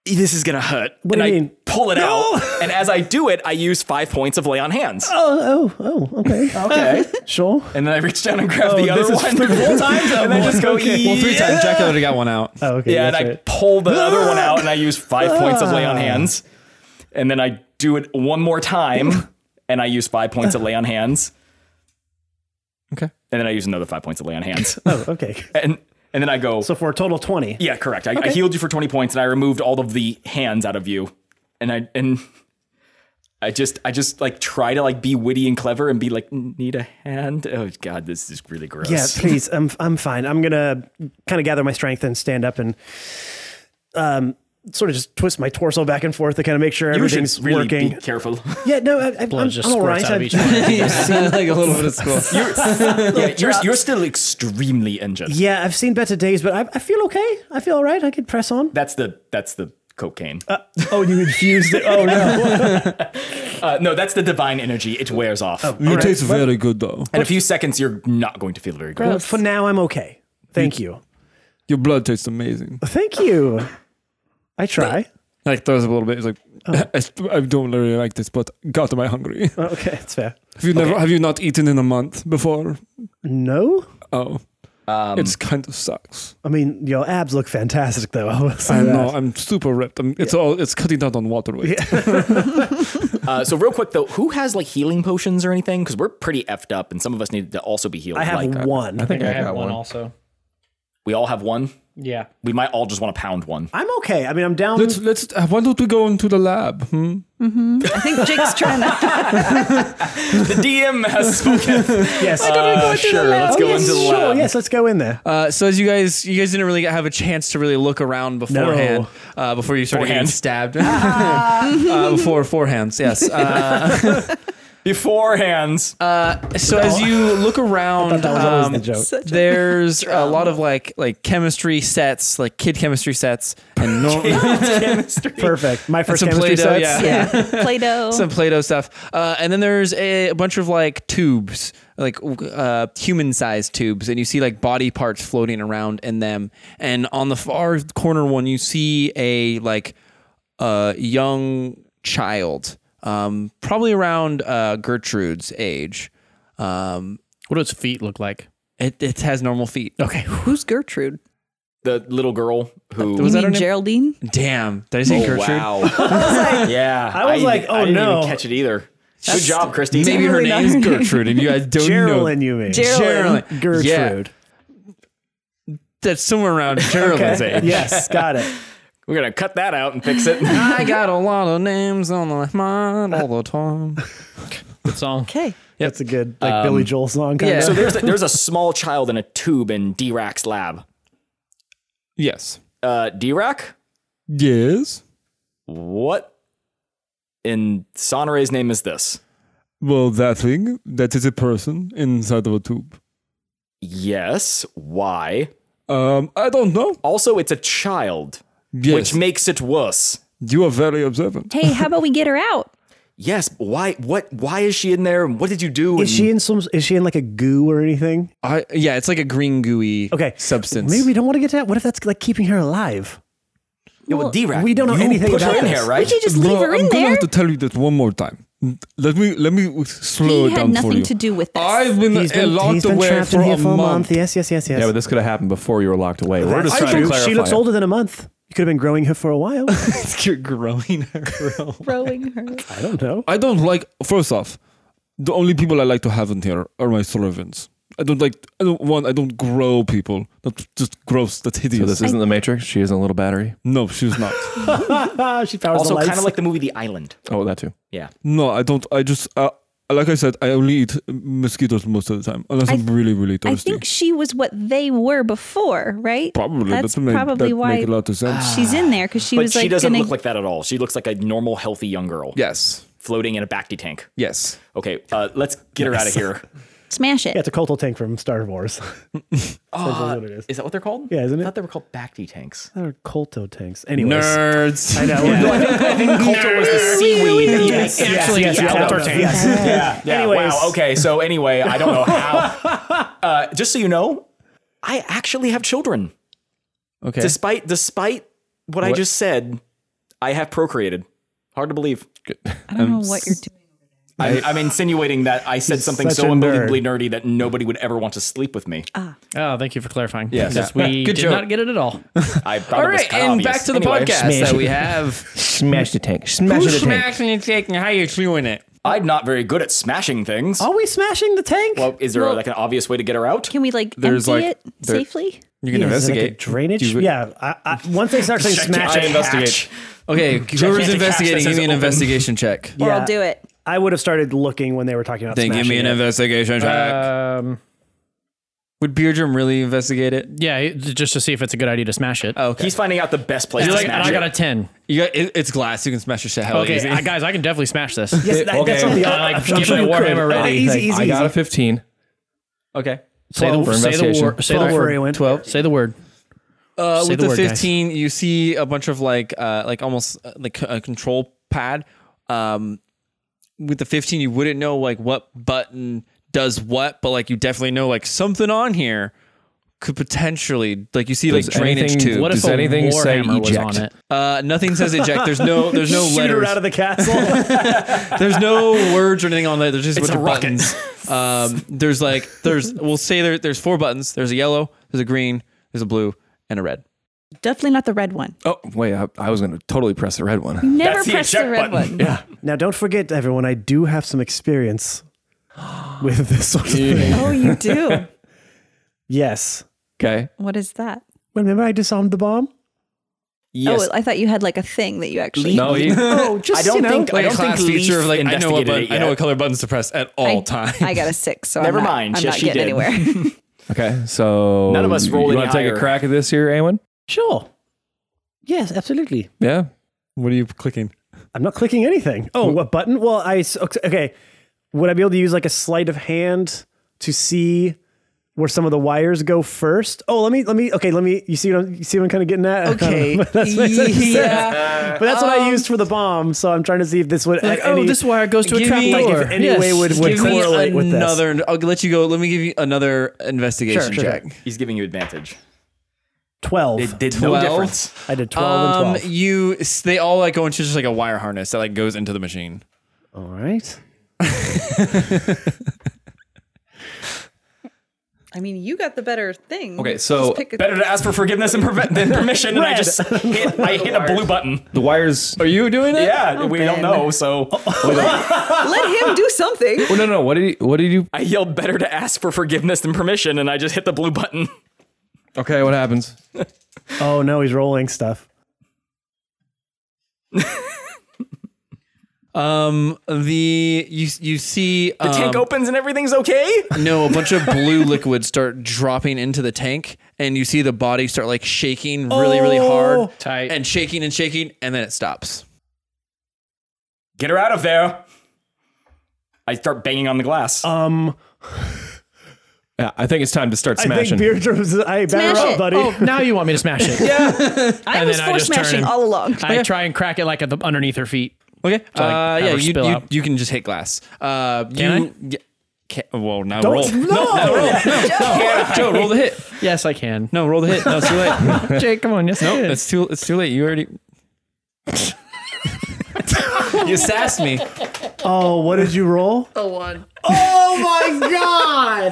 Speaker 6: This is gonna hurt.
Speaker 3: What
Speaker 6: and
Speaker 3: do you
Speaker 6: I
Speaker 3: mean?
Speaker 6: pull
Speaker 3: [laughs]
Speaker 6: it out, and as I do it, I use five points of lay on hands,
Speaker 3: Oh, oh, oh, okay. okay. Sure.
Speaker 6: and then I reach down and grab the other
Speaker 3: Oh, this is
Speaker 6: one.
Speaker 3: the
Speaker 6: Four times, [laughs] and I just go.
Speaker 4: Well, three
Speaker 6: "Yeah."
Speaker 4: times. Dracula already got one out.
Speaker 3: Oh, okay.
Speaker 6: Yeah, and
Speaker 3: that's
Speaker 6: I
Speaker 3: right.
Speaker 6: pull the other one out and I use five
Speaker 3: [laughs]
Speaker 6: points of lay on hands. And then I do it one
Speaker 3: [laughs]
Speaker 6: more time and I use five points of lay on hands.
Speaker 4: Okay.
Speaker 6: And then I use another five points of lay on hands.
Speaker 3: [laughs] Oh, okay.
Speaker 6: and and then I go,
Speaker 3: So for a total 20.
Speaker 6: Yeah, correct. I, I healed you for 20 points and I removed all of the hands out of you. And I and I just I just like try to like be witty and clever and be like, need a hand? Oh god, this is really gross.
Speaker 3: Yeah, please. I'm I'm fine. I'm gonna kind of gather my strength and stand up and um sort of just twist my torso back and forth to kind of make sure
Speaker 6: You should
Speaker 3: everything's
Speaker 6: really
Speaker 3: working.
Speaker 6: be careful. [laughs]
Speaker 3: yeah, no, I, I, I'm, I'm
Speaker 5: just
Speaker 3: all
Speaker 5: squirts
Speaker 3: right.
Speaker 5: out of
Speaker 3: I-
Speaker 5: each one.
Speaker 4: like a little bit of school.
Speaker 6: yeah, you're, you're still extremely
Speaker 3: [laughs]
Speaker 6: injured.
Speaker 3: yeah, I've seen better days, but I, I feel okay. I feel all right. I could press on.
Speaker 6: That's the that's the cocaine.
Speaker 3: Oh, you infused it. Oh no.
Speaker 6: Uh, no, that's the divine energy. It wears off.
Speaker 3: Oh.
Speaker 2: It tastes very good though.
Speaker 6: In a few seconds, you're not going to feel very good.
Speaker 3: Well, for now, I'm okay. Thank you.
Speaker 2: Your blood tastes amazing.
Speaker 3: Thank you. I try.
Speaker 2: Like throws up a little bit. It's like
Speaker 4: Oh.
Speaker 2: [laughs] I, st- I don't really like this, but God, am I hungry? [laughs]
Speaker 3: Oh, Okay, that's fair.
Speaker 2: Have you never? Have you not eaten in a month before?
Speaker 3: No,
Speaker 2: Oh,
Speaker 4: Um,
Speaker 2: it's kind of sucks.
Speaker 3: I mean your abs look fantastic though. [laughs] uh, I will say
Speaker 2: I
Speaker 3: that.
Speaker 2: know. I'm super ripped. I'm, it's all. It's cutting down on water weight.
Speaker 6: Uh, so real quick though, who has like healing potions or anything? Because we're pretty effed up, and some of us need to also be healed.
Speaker 3: I have
Speaker 6: like,
Speaker 3: one.
Speaker 1: think
Speaker 9: I have one also.
Speaker 6: we all have one.
Speaker 9: Yeah.
Speaker 6: We might all just want to pound
Speaker 3: [laughs]
Speaker 6: one.
Speaker 3: I'm okay. I mean, I'm down.
Speaker 2: [laughs] Let's let's. uh, Why don't we go into the lab? Hmm?
Speaker 7: I [laughs] think Jake's trying to.
Speaker 6: the DM has spoken.
Speaker 3: yes.
Speaker 6: Uh, sure, let's go into the
Speaker 3: Sure.
Speaker 6: lab.
Speaker 3: Yes. Let's go in there.
Speaker 4: Uh, so as you guys, you guys didn't really have a chance to really look around beforehand, uh, before you started
Speaker 6: Forehand.
Speaker 4: getting stabbed. uh, before forehands, yes. Uh,
Speaker 6: Beforehands.
Speaker 3: Uh,
Speaker 4: so as you look around,
Speaker 3: that was always the
Speaker 4: um,
Speaker 3: joke.
Speaker 4: [laughs] there's a lot of like like chemistry sets, like kid chemistry sets, and
Speaker 3: [laughs]
Speaker 4: normal
Speaker 3: Perfect. My first
Speaker 4: some
Speaker 3: chemistry
Speaker 4: Play-Doh,
Speaker 3: sets.
Speaker 4: yeah.
Speaker 7: [laughs] Yeah. Play-Doh.
Speaker 4: some Play-Doh stuff, uh, and then there's a, a bunch of like tubes, like uh, human-sized tubes, and you see like body parts floating around in them. And on the far corner one, you see a like uh, young child, um, probably around uh, Gertrude's age. Um,
Speaker 5: What do its feet look like?
Speaker 4: it, it has normal feet. Okay.
Speaker 7: Who's Gertrude?
Speaker 6: the little girl who.
Speaker 7: You
Speaker 4: that her
Speaker 7: mean
Speaker 4: name?
Speaker 7: Geraldine?
Speaker 4: Damn. Did I say
Speaker 6: Oh,
Speaker 4: Gertrude?
Speaker 3: [laughs]
Speaker 6: wow. yeah.
Speaker 3: I was like,
Speaker 6: didn't-
Speaker 3: oh,
Speaker 6: I didn't
Speaker 3: no.
Speaker 6: even catch it either. Good job, Christy.
Speaker 4: Maybe her
Speaker 7: Definitely
Speaker 4: name [laughs] is Gertrude, and you guys don't know.
Speaker 3: Geraldine, you mean?
Speaker 4: Geraldine.
Speaker 7: Geraldine.
Speaker 3: Gertrude.
Speaker 4: Yeah. that's somewhere [laughs] around Carolyn's age.
Speaker 3: [laughs] Yes, got it.
Speaker 6: We're gonna cut that out and
Speaker 3: [laughs]
Speaker 6: fix it.
Speaker 4: I got a lot of names on my mind all the time.
Speaker 5: Good
Speaker 7: [laughs]
Speaker 5: song.
Speaker 7: Okay.
Speaker 3: That's a good like Billy Joel song. Kind
Speaker 4: yeah.
Speaker 3: of.
Speaker 6: so there's a, there's a small child in a tube in D-Rack's lab.
Speaker 4: Yes.
Speaker 6: Uh, D-Rack,
Speaker 2: Yes.
Speaker 6: what in Sonore's name is this?
Speaker 2: Well, that thing, that is a person inside of a tube.
Speaker 6: Yes. Why?
Speaker 2: Um, I don't know.
Speaker 6: Also, it's a child,
Speaker 2: Yes.
Speaker 6: which makes it worse.
Speaker 2: you are very observant.
Speaker 7: Hey, how about we get her out?
Speaker 6: Yes. Why? What? Why is she in there? And what did you do?
Speaker 3: Is
Speaker 6: And-
Speaker 3: she in some? Is she in like a goo or anything?
Speaker 4: I, yeah, it's like a green gooey
Speaker 3: Okay.
Speaker 4: substance.
Speaker 3: Maybe we don't want to get to that. What if that's like keeping her alive?
Speaker 6: Yeah, well, D-Rack,
Speaker 3: we don't know
Speaker 6: you
Speaker 3: anything
Speaker 6: put her
Speaker 3: about
Speaker 6: in
Speaker 3: this.
Speaker 6: here, right?
Speaker 7: We could just leave
Speaker 2: Bro,
Speaker 7: her in
Speaker 2: I'm gonna
Speaker 7: there.
Speaker 2: have to tell you this one more time. Let me let me slow it
Speaker 7: He had
Speaker 2: down for
Speaker 7: nothing
Speaker 2: you.
Speaker 7: to do with this.
Speaker 2: I've been,
Speaker 3: He's been,
Speaker 2: locked
Speaker 3: he's been
Speaker 2: away
Speaker 3: trapped
Speaker 2: for
Speaker 3: in here
Speaker 2: a
Speaker 3: for a month.
Speaker 2: month.
Speaker 3: Yes, yes, yes, yes.
Speaker 1: Yeah, but this could have happened before you were locked away. We're
Speaker 3: That's
Speaker 1: just trying to
Speaker 3: true.
Speaker 1: clarify.
Speaker 3: She looks
Speaker 1: it.
Speaker 3: older than a month. You could have been growing her for a while.
Speaker 4: [laughs] You're growing her.
Speaker 7: throwing her.
Speaker 3: I don't know.
Speaker 2: I don't like. First off, the only people I like to have in here are my servants. I don't like. I don't want. I don't grow people. That's just gross. That's
Speaker 1: So
Speaker 2: hideous.
Speaker 1: this isn't the Matrix. She isn't a little battery.
Speaker 2: no, she's not.
Speaker 3: Ah, she powers the
Speaker 6: Also,
Speaker 3: lights.
Speaker 6: kind of like the movie The Island.
Speaker 1: Oh, that too.
Speaker 6: Yeah.
Speaker 2: no, I don't. I just. Uh, like I said, I only eat mosquitoes most of the time, unless I,
Speaker 7: I
Speaker 2: am really, really
Speaker 7: I
Speaker 2: thirsty.
Speaker 7: think she was what they were before, right?
Speaker 2: probably
Speaker 7: That's
Speaker 2: that may-
Speaker 7: probably
Speaker 2: that
Speaker 7: why
Speaker 2: make a lot of sense.
Speaker 7: she's in there because she
Speaker 6: But
Speaker 7: was
Speaker 6: she
Speaker 7: like
Speaker 6: doesn't
Speaker 7: gonna.
Speaker 6: look like that at all. She looks like a normal, healthy young girl
Speaker 4: Yes.
Speaker 6: floating in a Bacti tank.
Speaker 4: Yes.
Speaker 6: Okay, uh, let's get her out
Speaker 3: [laughs]
Speaker 6: of here.
Speaker 7: smash it.
Speaker 3: yeah, it's a Coltel tank from Star Wars. [laughs] Essentially what it is.
Speaker 6: Is that what they're called?
Speaker 3: Yeah, isn't
Speaker 6: I
Speaker 3: it?
Speaker 6: thought they were called Bacti tanks.
Speaker 3: They're Colto tanks. Anyways.
Speaker 4: Nerds.
Speaker 3: I know. we're going-
Speaker 6: Coulter was the seaweed.
Speaker 3: Yes,
Speaker 6: Actually,
Speaker 3: yes,
Speaker 6: yeah,
Speaker 3: yes,
Speaker 6: Coulter
Speaker 3: yes,
Speaker 6: tank.
Speaker 3: yes.
Speaker 6: Yeah. [laughs] yeah.
Speaker 3: Anyways.
Speaker 6: Wow. Okay. So anyway, I don't know how. uh, just so you know, I actually have children.
Speaker 4: Okay.
Speaker 6: Despite despite what, I just said, I have procreated. Hard to believe.
Speaker 7: I don't know what you're doing.
Speaker 6: I, I'm insinuating that I said something
Speaker 3: such
Speaker 6: so
Speaker 3: a
Speaker 6: unbelievably nerdy that nobody would ever want to sleep with me.
Speaker 5: Oh, thank you for clarifying.
Speaker 6: Yes.
Speaker 5: Because
Speaker 6: Yeah.
Speaker 5: we
Speaker 4: [laughs] Good
Speaker 5: did
Speaker 4: joke.
Speaker 5: not get it at all.
Speaker 6: I thought
Speaker 4: all
Speaker 6: it was
Speaker 4: right,
Speaker 6: kinda
Speaker 4: and
Speaker 6: obvious.
Speaker 4: back to the
Speaker 6: Anyway,
Speaker 4: podcast that we have.
Speaker 8: Smash the tank. Smash
Speaker 4: Who's
Speaker 8: the tank.
Speaker 4: smashing and shaking? How you doing it?
Speaker 6: I'm not very good at smashing things.
Speaker 3: Are we smashing the tank?
Speaker 6: Well, is there
Speaker 7: Well-
Speaker 6: like an obvious way to get her out?
Speaker 7: Can we like
Speaker 1: There's,
Speaker 7: empty
Speaker 1: like,
Speaker 7: it safely?
Speaker 4: You can
Speaker 3: Yeah, is it like a
Speaker 4: investigate.
Speaker 3: drainage. Yeah. I, I, once they start saying smashing,
Speaker 6: investigate.
Speaker 4: Okay, whoever's
Speaker 6: hatch
Speaker 4: investigating, give me
Speaker 6: that
Speaker 4: an
Speaker 6: says open.
Speaker 4: investigation [laughs] check.
Speaker 7: Or
Speaker 3: Yeah.
Speaker 7: I'll do it.
Speaker 3: I would have started looking when they were talking about.
Speaker 4: Then give
Speaker 3: smashing
Speaker 4: me an
Speaker 3: it.
Speaker 4: investigation check.
Speaker 5: Um,
Speaker 4: Would Beardrum really investigate it?
Speaker 5: yeah, it- just to see if it's a good idea to smash it.
Speaker 4: Oh, okay.
Speaker 6: He's finding out the best place
Speaker 5: You're
Speaker 6: to
Speaker 5: like, and
Speaker 6: smash
Speaker 5: I
Speaker 6: it.
Speaker 5: got a 10.
Speaker 4: you got, it, it's glass. You can smash your shit hell
Speaker 5: okay,
Speaker 4: Oh, easy.
Speaker 5: I, guys, I can definitely smash this.
Speaker 4: [laughs]
Speaker 3: Yes, that, that's
Speaker 1: Okay.
Speaker 3: something.
Speaker 5: Uh,
Speaker 3: I-
Speaker 5: like,
Speaker 3: I'm
Speaker 5: give
Speaker 3: sure
Speaker 5: it a
Speaker 3: you
Speaker 5: Warhammer
Speaker 3: could.
Speaker 5: ready.
Speaker 3: Okay, Easy, easy,
Speaker 1: I
Speaker 3: easy.
Speaker 1: got a 15.
Speaker 4: okay.
Speaker 5: Say
Speaker 1: for
Speaker 5: the, say the,
Speaker 1: investigation.
Speaker 5: wor- say the
Speaker 3: Twelve for
Speaker 5: word.
Speaker 3: Eowyn.
Speaker 5: 12. Say the word.
Speaker 4: Uh,
Speaker 5: Say
Speaker 4: with
Speaker 5: the
Speaker 4: the,
Speaker 5: word, guys.
Speaker 4: 15, you see a bunch of like, uh, like almost uh, like a control pad. Um, with the 15, you wouldn't know like what button does what, but like you definitely know like something on here could potentially like you see like
Speaker 1: Does
Speaker 4: drainage
Speaker 1: anything-
Speaker 4: tube.
Speaker 5: What
Speaker 1: Does
Speaker 5: if a
Speaker 1: anything
Speaker 5: Warhammer
Speaker 1: say
Speaker 5: was on it?
Speaker 1: eject?
Speaker 4: Uh, nothing says eject. There's no there's no
Speaker 3: [laughs] Shoot her
Speaker 4: letters.
Speaker 3: out of the castle.
Speaker 4: There's no words or anything on there. There's just a bunch
Speaker 6: a
Speaker 4: of
Speaker 6: rocket.
Speaker 4: buttons. Um, there's like there's we'll say there there's four buttons. There's a yellow, there's a green, there's a blue, and a red.
Speaker 7: Definitely not the red one.
Speaker 1: Oh wait, I, I was going to totally press the red one.
Speaker 7: Never
Speaker 6: the
Speaker 7: press the,
Speaker 6: eject
Speaker 7: red
Speaker 6: button.
Speaker 7: one.
Speaker 3: now, don't forget, everyone. I do have some experience with this sort of thing.
Speaker 7: Oh, you do.
Speaker 3: Yes.
Speaker 1: Okay.
Speaker 7: what is that?
Speaker 3: Remember, I disarmed the bomb.
Speaker 6: Yes.
Speaker 7: Oh, I thought you had like a thing that you actually.
Speaker 1: No, you,
Speaker 3: [laughs] Oh, just
Speaker 6: I don't
Speaker 3: you know,
Speaker 6: think. I don't think Leaf
Speaker 4: I know what
Speaker 6: investigated it
Speaker 4: I know
Speaker 6: yet.
Speaker 4: what color buttons to press at all
Speaker 7: I,
Speaker 4: [laughs] times.
Speaker 7: I got a six, so
Speaker 6: Never
Speaker 7: I'm not,
Speaker 6: mind.
Speaker 7: I'm
Speaker 6: Yes,
Speaker 7: not
Speaker 6: she
Speaker 7: getting
Speaker 6: did.
Speaker 7: anywhere.
Speaker 1: okay. So
Speaker 6: None of us roll
Speaker 1: You
Speaker 6: any
Speaker 1: want to take
Speaker 6: higher.
Speaker 1: a crack at this here, Awen?
Speaker 3: Sure. Yes, absolutely.
Speaker 1: Yeah.
Speaker 2: [gasps] What are you clicking?
Speaker 3: I'm not clicking anything. Oh, what button? Well, I s- okay. Would I be able to use like a sleight of hand to see where some of the wires go first? Oh, let me let me. Okay, let me. You see what I'm, you see what I'm kind of getting at? [laughs]
Speaker 4: Okay,
Speaker 3: that's what I said.
Speaker 4: yeah.
Speaker 3: [laughs] But that's what I used for the bomb. So I'm trying to see if this would.
Speaker 5: Like,
Speaker 3: any-
Speaker 5: oh, this wire goes to a
Speaker 4: Give
Speaker 5: trap
Speaker 4: me-
Speaker 5: door.
Speaker 3: like if any way would would
Speaker 4: Give me
Speaker 3: correlate with this.
Speaker 4: another. I'll let you go. Let me give you another investigation
Speaker 5: Sure, sure,
Speaker 4: check.
Speaker 6: He's giving you advantage.
Speaker 3: Twelve.
Speaker 6: It did
Speaker 4: Twelve.
Speaker 6: no difference.
Speaker 3: I did twelve
Speaker 4: Um,
Speaker 3: and twelve.
Speaker 4: you they all like go into just like a wire harness that like goes into the machine.
Speaker 3: All right.
Speaker 7: I mean, you got the better thing.
Speaker 1: Okay, so
Speaker 7: Just pick a-
Speaker 6: Better to ask for forgiveness and perve- than permission. and I just hit, I hit a blue button.
Speaker 1: The wires.
Speaker 4: Are you doing it?
Speaker 6: Yeah, we don't
Speaker 7: Ben.
Speaker 6: know. So
Speaker 7: let him do something.
Speaker 1: Oh, no, no. What did you? What did you?
Speaker 6: I yelled, "Better to ask for forgiveness than permission," and I just hit the blue button.
Speaker 1: Okay, what happens?
Speaker 3: Oh no, he's rolling stuff.
Speaker 4: Um, the you you see
Speaker 6: The tank
Speaker 4: um,
Speaker 6: opens and everything's okay.
Speaker 4: No, a bunch of blue liquid start dropping into the tank, and you see the body start like shaking really, really hard,
Speaker 5: Tight.
Speaker 4: and shaking and shaking, and then it stops.
Speaker 6: Get her out of there. I start banging on the glass.
Speaker 3: Um,
Speaker 1: Yeah, I think it's time to start
Speaker 3: I
Speaker 1: smashing.
Speaker 3: think Beardrum's. I better
Speaker 7: Smash
Speaker 3: up,
Speaker 7: it.
Speaker 3: buddy.
Speaker 5: [laughs] Oh, now you want me to smash it? [laughs] yeah.
Speaker 7: I
Speaker 5: [laughs] And
Speaker 7: was
Speaker 5: then I
Speaker 7: force
Speaker 5: just turn
Speaker 7: smashing
Speaker 5: and-
Speaker 7: all along.
Speaker 5: I try and crack it like at the, underneath her feet.
Speaker 4: Okay.
Speaker 5: So, like,
Speaker 4: uh,
Speaker 5: have
Speaker 4: yeah,
Speaker 5: her
Speaker 4: you,
Speaker 5: spill
Speaker 4: you,
Speaker 5: out.
Speaker 4: you can just hit glass. Uh,
Speaker 5: Can
Speaker 4: you, I? well, now
Speaker 3: Don't-
Speaker 4: roll.
Speaker 3: [laughs] no!
Speaker 4: Joe, roll the hit.
Speaker 5: Yes, I can.
Speaker 4: No, roll the hit. No, it's too
Speaker 2: [laughs]
Speaker 4: late.
Speaker 5: [laughs] Jake, come on. Yes,
Speaker 4: no,
Speaker 5: I can.
Speaker 4: it's too. It's too late. You already. [laughs] you sassed me.
Speaker 3: Oh, what did you roll?
Speaker 10: The one.
Speaker 4: uh,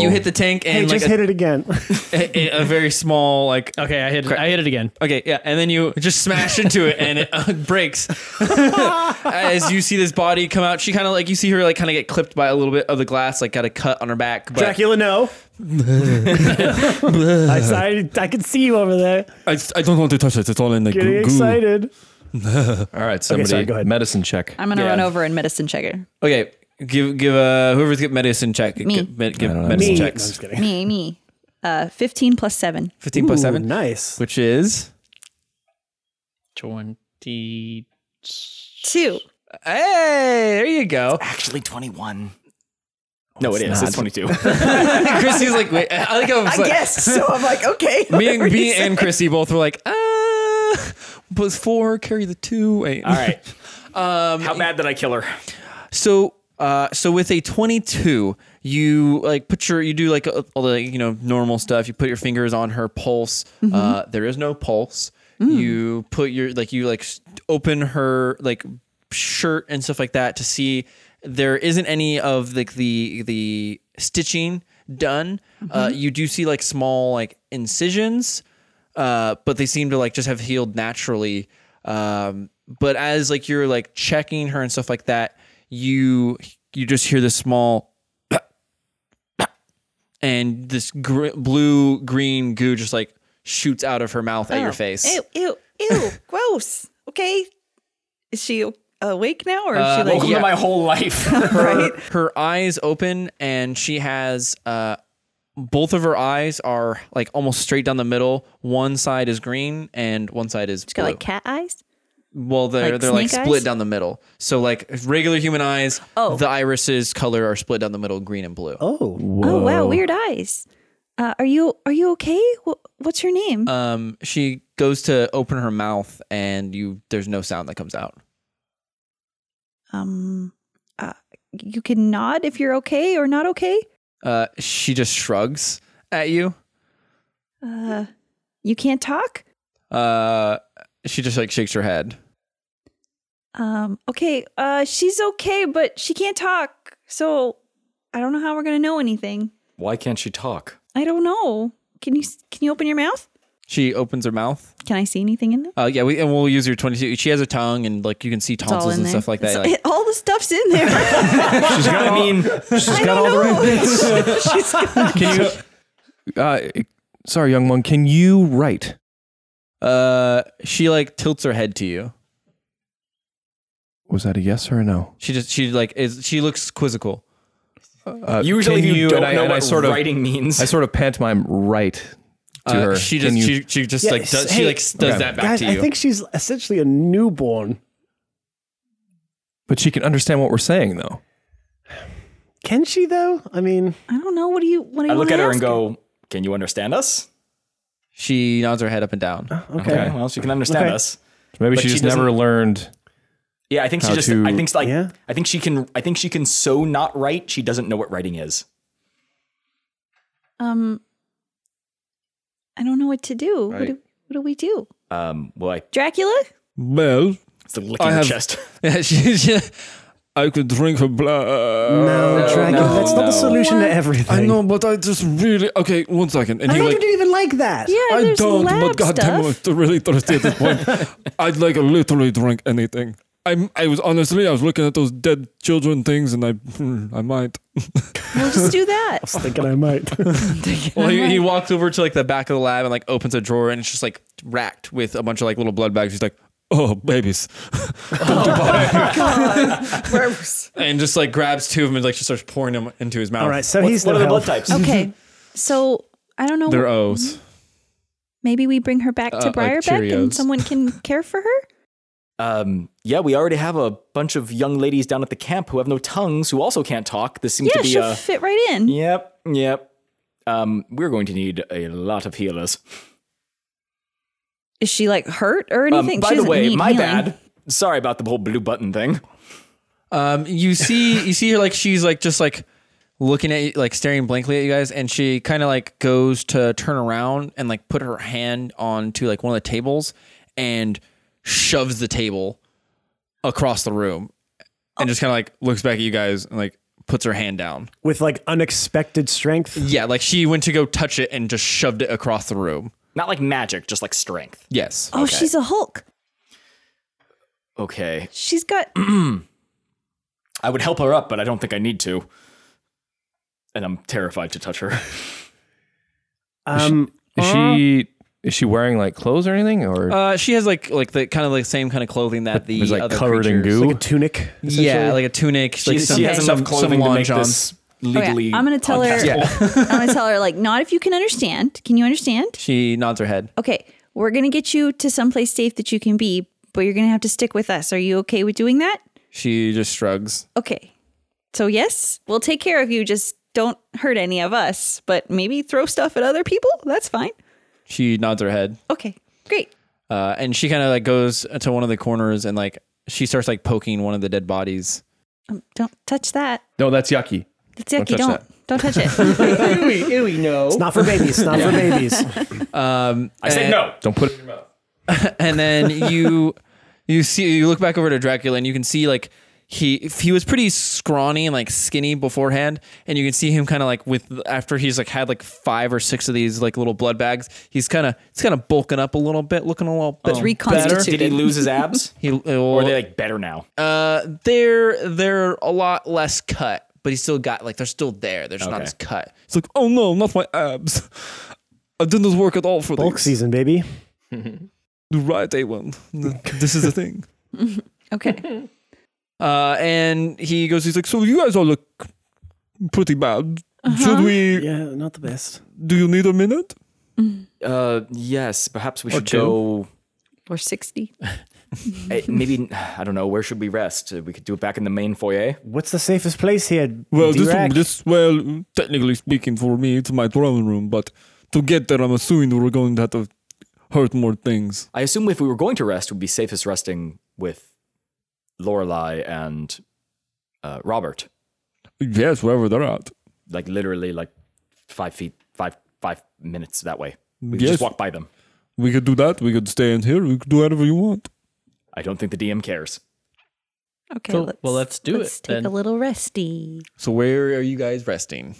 Speaker 4: You hit the tank and
Speaker 3: Hey,
Speaker 4: like
Speaker 3: just
Speaker 4: a,
Speaker 3: hit it again.
Speaker 4: a, a very small like
Speaker 5: Okay, I hit. it. I hit it [laughs] again.
Speaker 4: Okay, yeah, and then you just smash into it and it [laughs] uh, breaks. As you see this body come out, she kind of like you see her like kind of get clipped by a little bit of the glass, like got a cut on her back. But
Speaker 3: Dracula, no. I, I, I can see you over there
Speaker 2: I, I don't want to touch it. It's all in the
Speaker 3: getting
Speaker 2: goo. goo.
Speaker 3: excited.
Speaker 1: All right, somebody,
Speaker 3: sorry, go ahead.
Speaker 1: medicine check.
Speaker 7: [laughs] I'm gonna
Speaker 4: Yeah.
Speaker 7: run over and medicine check her.
Speaker 4: okay, give give uh whoever's get medicine check.
Speaker 7: Me.
Speaker 4: Give, med- give
Speaker 1: I don't know.
Speaker 4: medicine
Speaker 1: Me.
Speaker 3: No, I'm
Speaker 4: checks.
Speaker 3: just kidding.
Speaker 7: Me, me. Uh, 15 plus 7.
Speaker 4: Fifteen plus
Speaker 3: Ooh,
Speaker 4: seven,
Speaker 3: Nice.
Speaker 4: which is
Speaker 5: Twenty.
Speaker 7: 2.
Speaker 4: hey, there you go. [laughs]
Speaker 6: Actually, 21. No, it is. It's 22.
Speaker 4: Chrissy's like, wait, I
Speaker 7: [laughs]
Speaker 4: think I was like,
Speaker 7: Yes. So
Speaker 4: [laughs]
Speaker 7: I'm like, okay.
Speaker 4: me and me and Chrissy both were like, ah, [laughs] plus four, carry the two. Wait.
Speaker 6: All right. Um, How bad did I kill her?
Speaker 4: So, uh, so with a 22, you like put your, you do like uh, all the, like, you know, normal stuff. You put your fingers on her pulse. Uh, there is no pulse. You put your, like, you like s- open her like shirt and stuff like that to see there isn't any of like the, the stitching done. Uh, you do see like small like incisions uh, but they seem to like just have healed naturally. Um, but as like you're like checking her and stuff like that, you you just hear this small [coughs] and this gr- blue green goo just like shoots out of her mouth at your face.
Speaker 7: Oh, Ew, ew, ew. [laughs] gross. Okay. Is she uh, awake now or is
Speaker 1: Uh,
Speaker 7: she like
Speaker 6: Welcome to my whole life.
Speaker 4: her, her eyes open and she has uh both of her eyes are like almost straight down the middle. One side is green and one side is
Speaker 7: got
Speaker 4: blue.
Speaker 7: like cat eyes?
Speaker 4: Well, they're
Speaker 7: Like
Speaker 4: they're like
Speaker 7: snake eyes?
Speaker 4: split down the middle. So like regular human eyes,
Speaker 7: Oh.
Speaker 4: the irises color are split down the middle, green and blue.
Speaker 3: Oh,
Speaker 7: Oh wow, weird eyes. Uh, are you are you okay? Wh- What's your name?
Speaker 4: Um, she goes to open her mouth, and you there's no sound that comes out.
Speaker 7: um, uh, you can nod if you're okay or not okay.
Speaker 4: Uh, she just shrugs at you.
Speaker 7: Uh, you can't talk.
Speaker 4: Uh, she just like shakes her head.
Speaker 7: Um, okay. Uh, she's okay, but she can't talk. So I don't know how we're gonna know anything.
Speaker 6: Why can't she talk?
Speaker 7: I don't know. Can you s- can you open your mouth?
Speaker 4: She opens her mouth.
Speaker 7: Can I see anything in there?
Speaker 4: Uh, yeah, we and we'll use your twenty two. She has a tongue, and like you can see
Speaker 7: It's all
Speaker 4: tonsils
Speaker 7: in
Speaker 4: and
Speaker 7: there.
Speaker 4: stuff like that.
Speaker 7: It's-
Speaker 4: Like,
Speaker 7: [laughs] all the stuff's in there.
Speaker 6: I
Speaker 7: I
Speaker 6: mean,
Speaker 7: don't [laughs] know. She's got-
Speaker 1: Can you? Uh, sorry, young one. Can you write?
Speaker 4: uh, she like tilts her head to you.
Speaker 1: Was that a yes or a no?
Speaker 4: She just she like is she looks quizzical.
Speaker 1: Uh,
Speaker 6: usually
Speaker 1: can
Speaker 6: you, don't
Speaker 1: and I,
Speaker 6: know
Speaker 1: and
Speaker 6: what
Speaker 1: I sort of
Speaker 6: writing means.
Speaker 1: I sort of pantomime right to
Speaker 4: Uh,
Speaker 1: her.
Speaker 4: She
Speaker 1: Can
Speaker 4: just
Speaker 1: you-
Speaker 4: she, she just
Speaker 3: Yeah,
Speaker 4: like does,
Speaker 3: hey,
Speaker 4: she like s- does
Speaker 1: okay.
Speaker 4: that back
Speaker 3: guys,
Speaker 4: to you.
Speaker 3: I think she's essentially a newborn.
Speaker 1: but she can understand what we're saying though.
Speaker 3: Can she though? I mean,
Speaker 7: [laughs] I don't know. What do you? What do you
Speaker 6: I look
Speaker 7: wanna
Speaker 6: at her and
Speaker 7: ask
Speaker 6: go, Can you understand us?
Speaker 4: She nods her head up and down.
Speaker 3: okay.
Speaker 6: Okay, well, she can understand
Speaker 3: Okay.
Speaker 6: us.
Speaker 1: Maybe
Speaker 6: But
Speaker 1: she
Speaker 6: she
Speaker 1: just never
Speaker 6: doesn't-
Speaker 1: learned.
Speaker 6: Yeah, I think she
Speaker 1: How
Speaker 6: just.
Speaker 1: to-
Speaker 6: I think like.
Speaker 3: Yeah.
Speaker 6: I think she can. I think she can so not write. She doesn't know what writing is.
Speaker 7: Um, I don't know what to do. What, do what do we do?
Speaker 6: Um. Well, I
Speaker 7: Dracula?
Speaker 2: [laughs] Well,
Speaker 6: it's a lick in
Speaker 2: I
Speaker 6: the
Speaker 2: have-
Speaker 6: chest.
Speaker 4: she, she,
Speaker 2: I could drink her blood.
Speaker 3: No, Dragon,
Speaker 6: no,
Speaker 3: that's not the
Speaker 6: no.
Speaker 3: solution to everything.
Speaker 2: I know, but I just really okay. One second, and
Speaker 3: I
Speaker 2: he
Speaker 3: thought
Speaker 2: like
Speaker 3: you didn't even like that.
Speaker 7: Yeah,
Speaker 2: I
Speaker 7: there's
Speaker 2: don't,
Speaker 7: lab
Speaker 2: but goddamn,
Speaker 7: stuff. [laughs]
Speaker 2: I'm really thirsty at this point. I'd like literally drink anything. I'm. I was honestly, I was looking at those dead children things, and I, hmm, I might.
Speaker 7: [laughs] We'll just do
Speaker 6: [laughs]
Speaker 3: I
Speaker 7: that.
Speaker 3: was thinking I might.
Speaker 4: [laughs] Well, he, he walks over to like the back of the lab and like opens a drawer and it's just like racked with a bunch of like little blood bags. He's like,
Speaker 2: Oh,
Speaker 4: [laughs]
Speaker 2: babies!
Speaker 4: and just like grabs two of them and like just starts pouring them into his mouth.
Speaker 3: All right, so
Speaker 6: What,
Speaker 3: he's
Speaker 6: what
Speaker 3: no
Speaker 6: are the blood
Speaker 3: help.
Speaker 7: [laughs]
Speaker 6: types?
Speaker 7: okay. So I don't know.
Speaker 4: They're O's.
Speaker 7: Maybe we bring her back to
Speaker 4: Uh, like
Speaker 7: Briarbeck and
Speaker 4: Cheerios.
Speaker 7: someone
Speaker 6: [laughs]
Speaker 7: can care for her.
Speaker 6: Um, yeah, we already have a bunch of young ladies down at the camp who have no tongues, who also can't talk. This seems
Speaker 7: Yeah,
Speaker 6: to be uh,
Speaker 7: she'll
Speaker 6: a.
Speaker 7: fit right in.
Speaker 6: Yep, yep. Um, we're going to need a lot of healers.
Speaker 7: Is she like hurt or
Speaker 6: Um,
Speaker 7: anything?
Speaker 6: by
Speaker 7: She
Speaker 6: the
Speaker 7: doesn't
Speaker 6: way,
Speaker 7: need
Speaker 6: my
Speaker 7: healing.
Speaker 6: bad. Sorry about the whole blue button thing.
Speaker 4: Um, you see, you see her like she's like just like looking at you, like staring blankly at you guys, and she kind of like goes to turn around and like put her hand onto like one of the tables and shoves the table across the room, and just kind of like looks back at you guys and like puts her hand down.
Speaker 3: with like unexpected strength.
Speaker 4: Yeah, like she went to go touch it and just shoved it across the room.
Speaker 6: Not like magic, just like strength.
Speaker 4: Yes.
Speaker 7: Oh, she's a Hulk.
Speaker 6: Okay.
Speaker 7: She's got. oh,
Speaker 6: I would help her up, but I don't think I need to. And I'm terrified to touch her.
Speaker 3: Um,
Speaker 1: Is she is she wearing like clothes or anything? Or
Speaker 4: Uh, she has like like the kind of like same kind of clothing that the
Speaker 1: is like
Speaker 4: other
Speaker 1: covered in
Speaker 4: creatures-
Speaker 1: goo?
Speaker 3: like a tunic.
Speaker 4: Yeah, like a tunic. like
Speaker 6: [laughs] she has enough clothing to make
Speaker 4: long johns.
Speaker 6: this
Speaker 7: Okay,
Speaker 6: legally.
Speaker 7: Oh, I'm gonna tell her. I'm gonna tell her like, not if you can understand. Can you understand?
Speaker 4: She nods her head.
Speaker 7: Okay, we're gonna get you to someplace safe that you can be, but you're gonna have to stick with us. Are you okay with doing that?
Speaker 4: She just shrugs.
Speaker 7: Okay. So yes, we'll take care of you. Just don't hurt any of us, but maybe throw stuff at other people. That's fine.
Speaker 4: She nods her head.
Speaker 7: Okay, great.
Speaker 4: Uh, and she kind of like goes to one of the corners and like she starts like poking one of the dead bodies.
Speaker 7: Um, don't touch that.
Speaker 1: no, that's yucky.
Speaker 7: That's yucky.
Speaker 1: touch
Speaker 7: Don't don't,
Speaker 9: [laughs]
Speaker 7: touch it. [laughs]
Speaker 8: ewy, ewy, no.
Speaker 3: It's not for babies. Not for babies.
Speaker 4: Um,
Speaker 6: I say
Speaker 4: and-
Speaker 7: uh, [laughs]
Speaker 6: no.
Speaker 1: Don't put it in your mouth.
Speaker 4: and
Speaker 6: [laughs]
Speaker 4: then you you see you look back over to Dracula and you can see like he if he was pretty scrawny and like skinny beforehand and you can see him kind of like with after he's like had like five or six of these like little blood bags he's kind of it's kind of bulking up a little bit looking a little bit
Speaker 7: reconstituted.
Speaker 6: Did he lose his abs?
Speaker 4: he
Speaker 6: [laughs] or are they like better now?
Speaker 4: uh they're they're a lot less cut but he's still got like they're still there they're just not
Speaker 6: Okay.
Speaker 4: as cut
Speaker 2: It's like, oh no, not my abs. I didn't work at all for
Speaker 3: Bulk
Speaker 2: this.
Speaker 3: season, baby.
Speaker 2: Right, A1. This is the thing.
Speaker 7: Okay.
Speaker 4: uh and he goes he's like
Speaker 2: Like, so you guys all look pretty bad.
Speaker 7: Uh-huh.
Speaker 2: Should we?
Speaker 3: Yeah, not the best.
Speaker 2: Do you need a minute?
Speaker 7: Mm-hmm.
Speaker 6: Uh, yes. Perhaps we should go.
Speaker 7: Or sixty.
Speaker 9: [laughs]
Speaker 6: eh,
Speaker 7: [laughs]
Speaker 6: Maybe [sighs] I don't know. Where should we rest? Uh, We could do it back in the main foyer.
Speaker 3: What's the safest place here?
Speaker 2: Well, this,
Speaker 3: D-Rack?
Speaker 2: this, well, technically speaking, for me, it's my throne room. But to get there, I'm assuming we're going to have to hurt more things.
Speaker 6: I assume if we were going to rest, we'd be safest resting with Lorelai and uh, Robert.
Speaker 2: Yes, wherever they're at.
Speaker 6: Like literally, like five feet, five five minutes that way. We
Speaker 2: Yes.
Speaker 6: just walk by them.
Speaker 2: We could do that. We could stay in here. We could do whatever you want.
Speaker 6: I don't think the DM cares.
Speaker 7: Okay.
Speaker 9: Cool. Well, let's do
Speaker 7: let's
Speaker 9: it
Speaker 7: Take
Speaker 9: then.
Speaker 7: a little resty.
Speaker 4: so where are you guys resting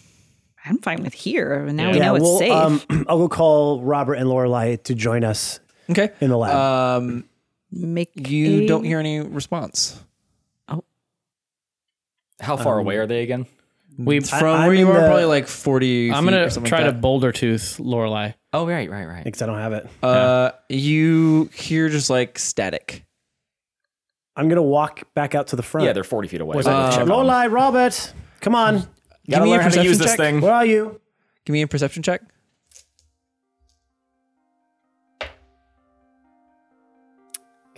Speaker 7: I'm fine with here. Now we
Speaker 3: yeah,
Speaker 7: know it's
Speaker 3: well,
Speaker 7: safe.
Speaker 3: um, [clears throat] I'll go call Robert and Lorelai to join us
Speaker 4: okay
Speaker 3: in the lab.
Speaker 6: Uh,
Speaker 4: um
Speaker 7: Make
Speaker 4: You
Speaker 7: a-
Speaker 4: don't hear any response.
Speaker 6: How far away are they again?
Speaker 5: We,
Speaker 4: From
Speaker 3: I'm
Speaker 4: where you
Speaker 3: in
Speaker 4: are,
Speaker 3: the-
Speaker 4: probably like 40.
Speaker 5: I'm
Speaker 4: feet or
Speaker 5: gonna
Speaker 4: something
Speaker 5: try to
Speaker 4: like
Speaker 5: boulder tooth Lorelai.
Speaker 6: Oh, right, right, right.
Speaker 3: because I don't have it.
Speaker 4: to. Uh, You hear just like static.
Speaker 3: I'm gonna walk back out to the front.
Speaker 6: Yeah, they're forty feet away. Uh,
Speaker 3: Wait,
Speaker 6: um, so I have to check on them.
Speaker 3: Lorelai, Robert, come on.
Speaker 4: Give
Speaker 6: Gotta
Speaker 4: me a
Speaker 6: learn how to
Speaker 4: perception
Speaker 6: use this
Speaker 4: check.
Speaker 6: thing.
Speaker 3: Where are you?
Speaker 4: Give me a perception check.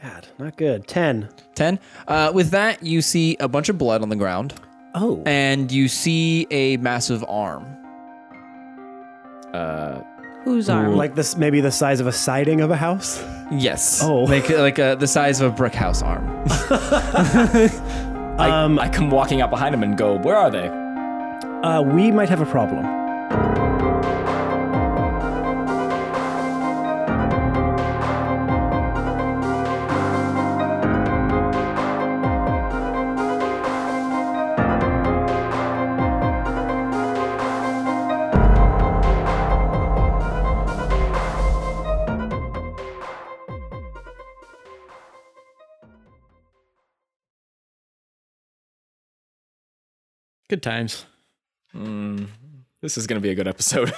Speaker 3: God, not good. Ten.
Speaker 4: 10. Uh, with that, you see a bunch of blood on the ground
Speaker 3: Oh,
Speaker 4: and you see a massive arm.
Speaker 6: Uh,
Speaker 7: whose arm?
Speaker 3: like this, maybe the size of a siding of a house.
Speaker 4: Yes.
Speaker 3: Oh.
Speaker 4: Like, like uh the size of a brick house arm.
Speaker 6: I, I come walking out behind them and go, "Where are they?"
Speaker 3: Uh, we might have a problem.
Speaker 5: Good times.
Speaker 6: Hmm. This is going to be a good episode.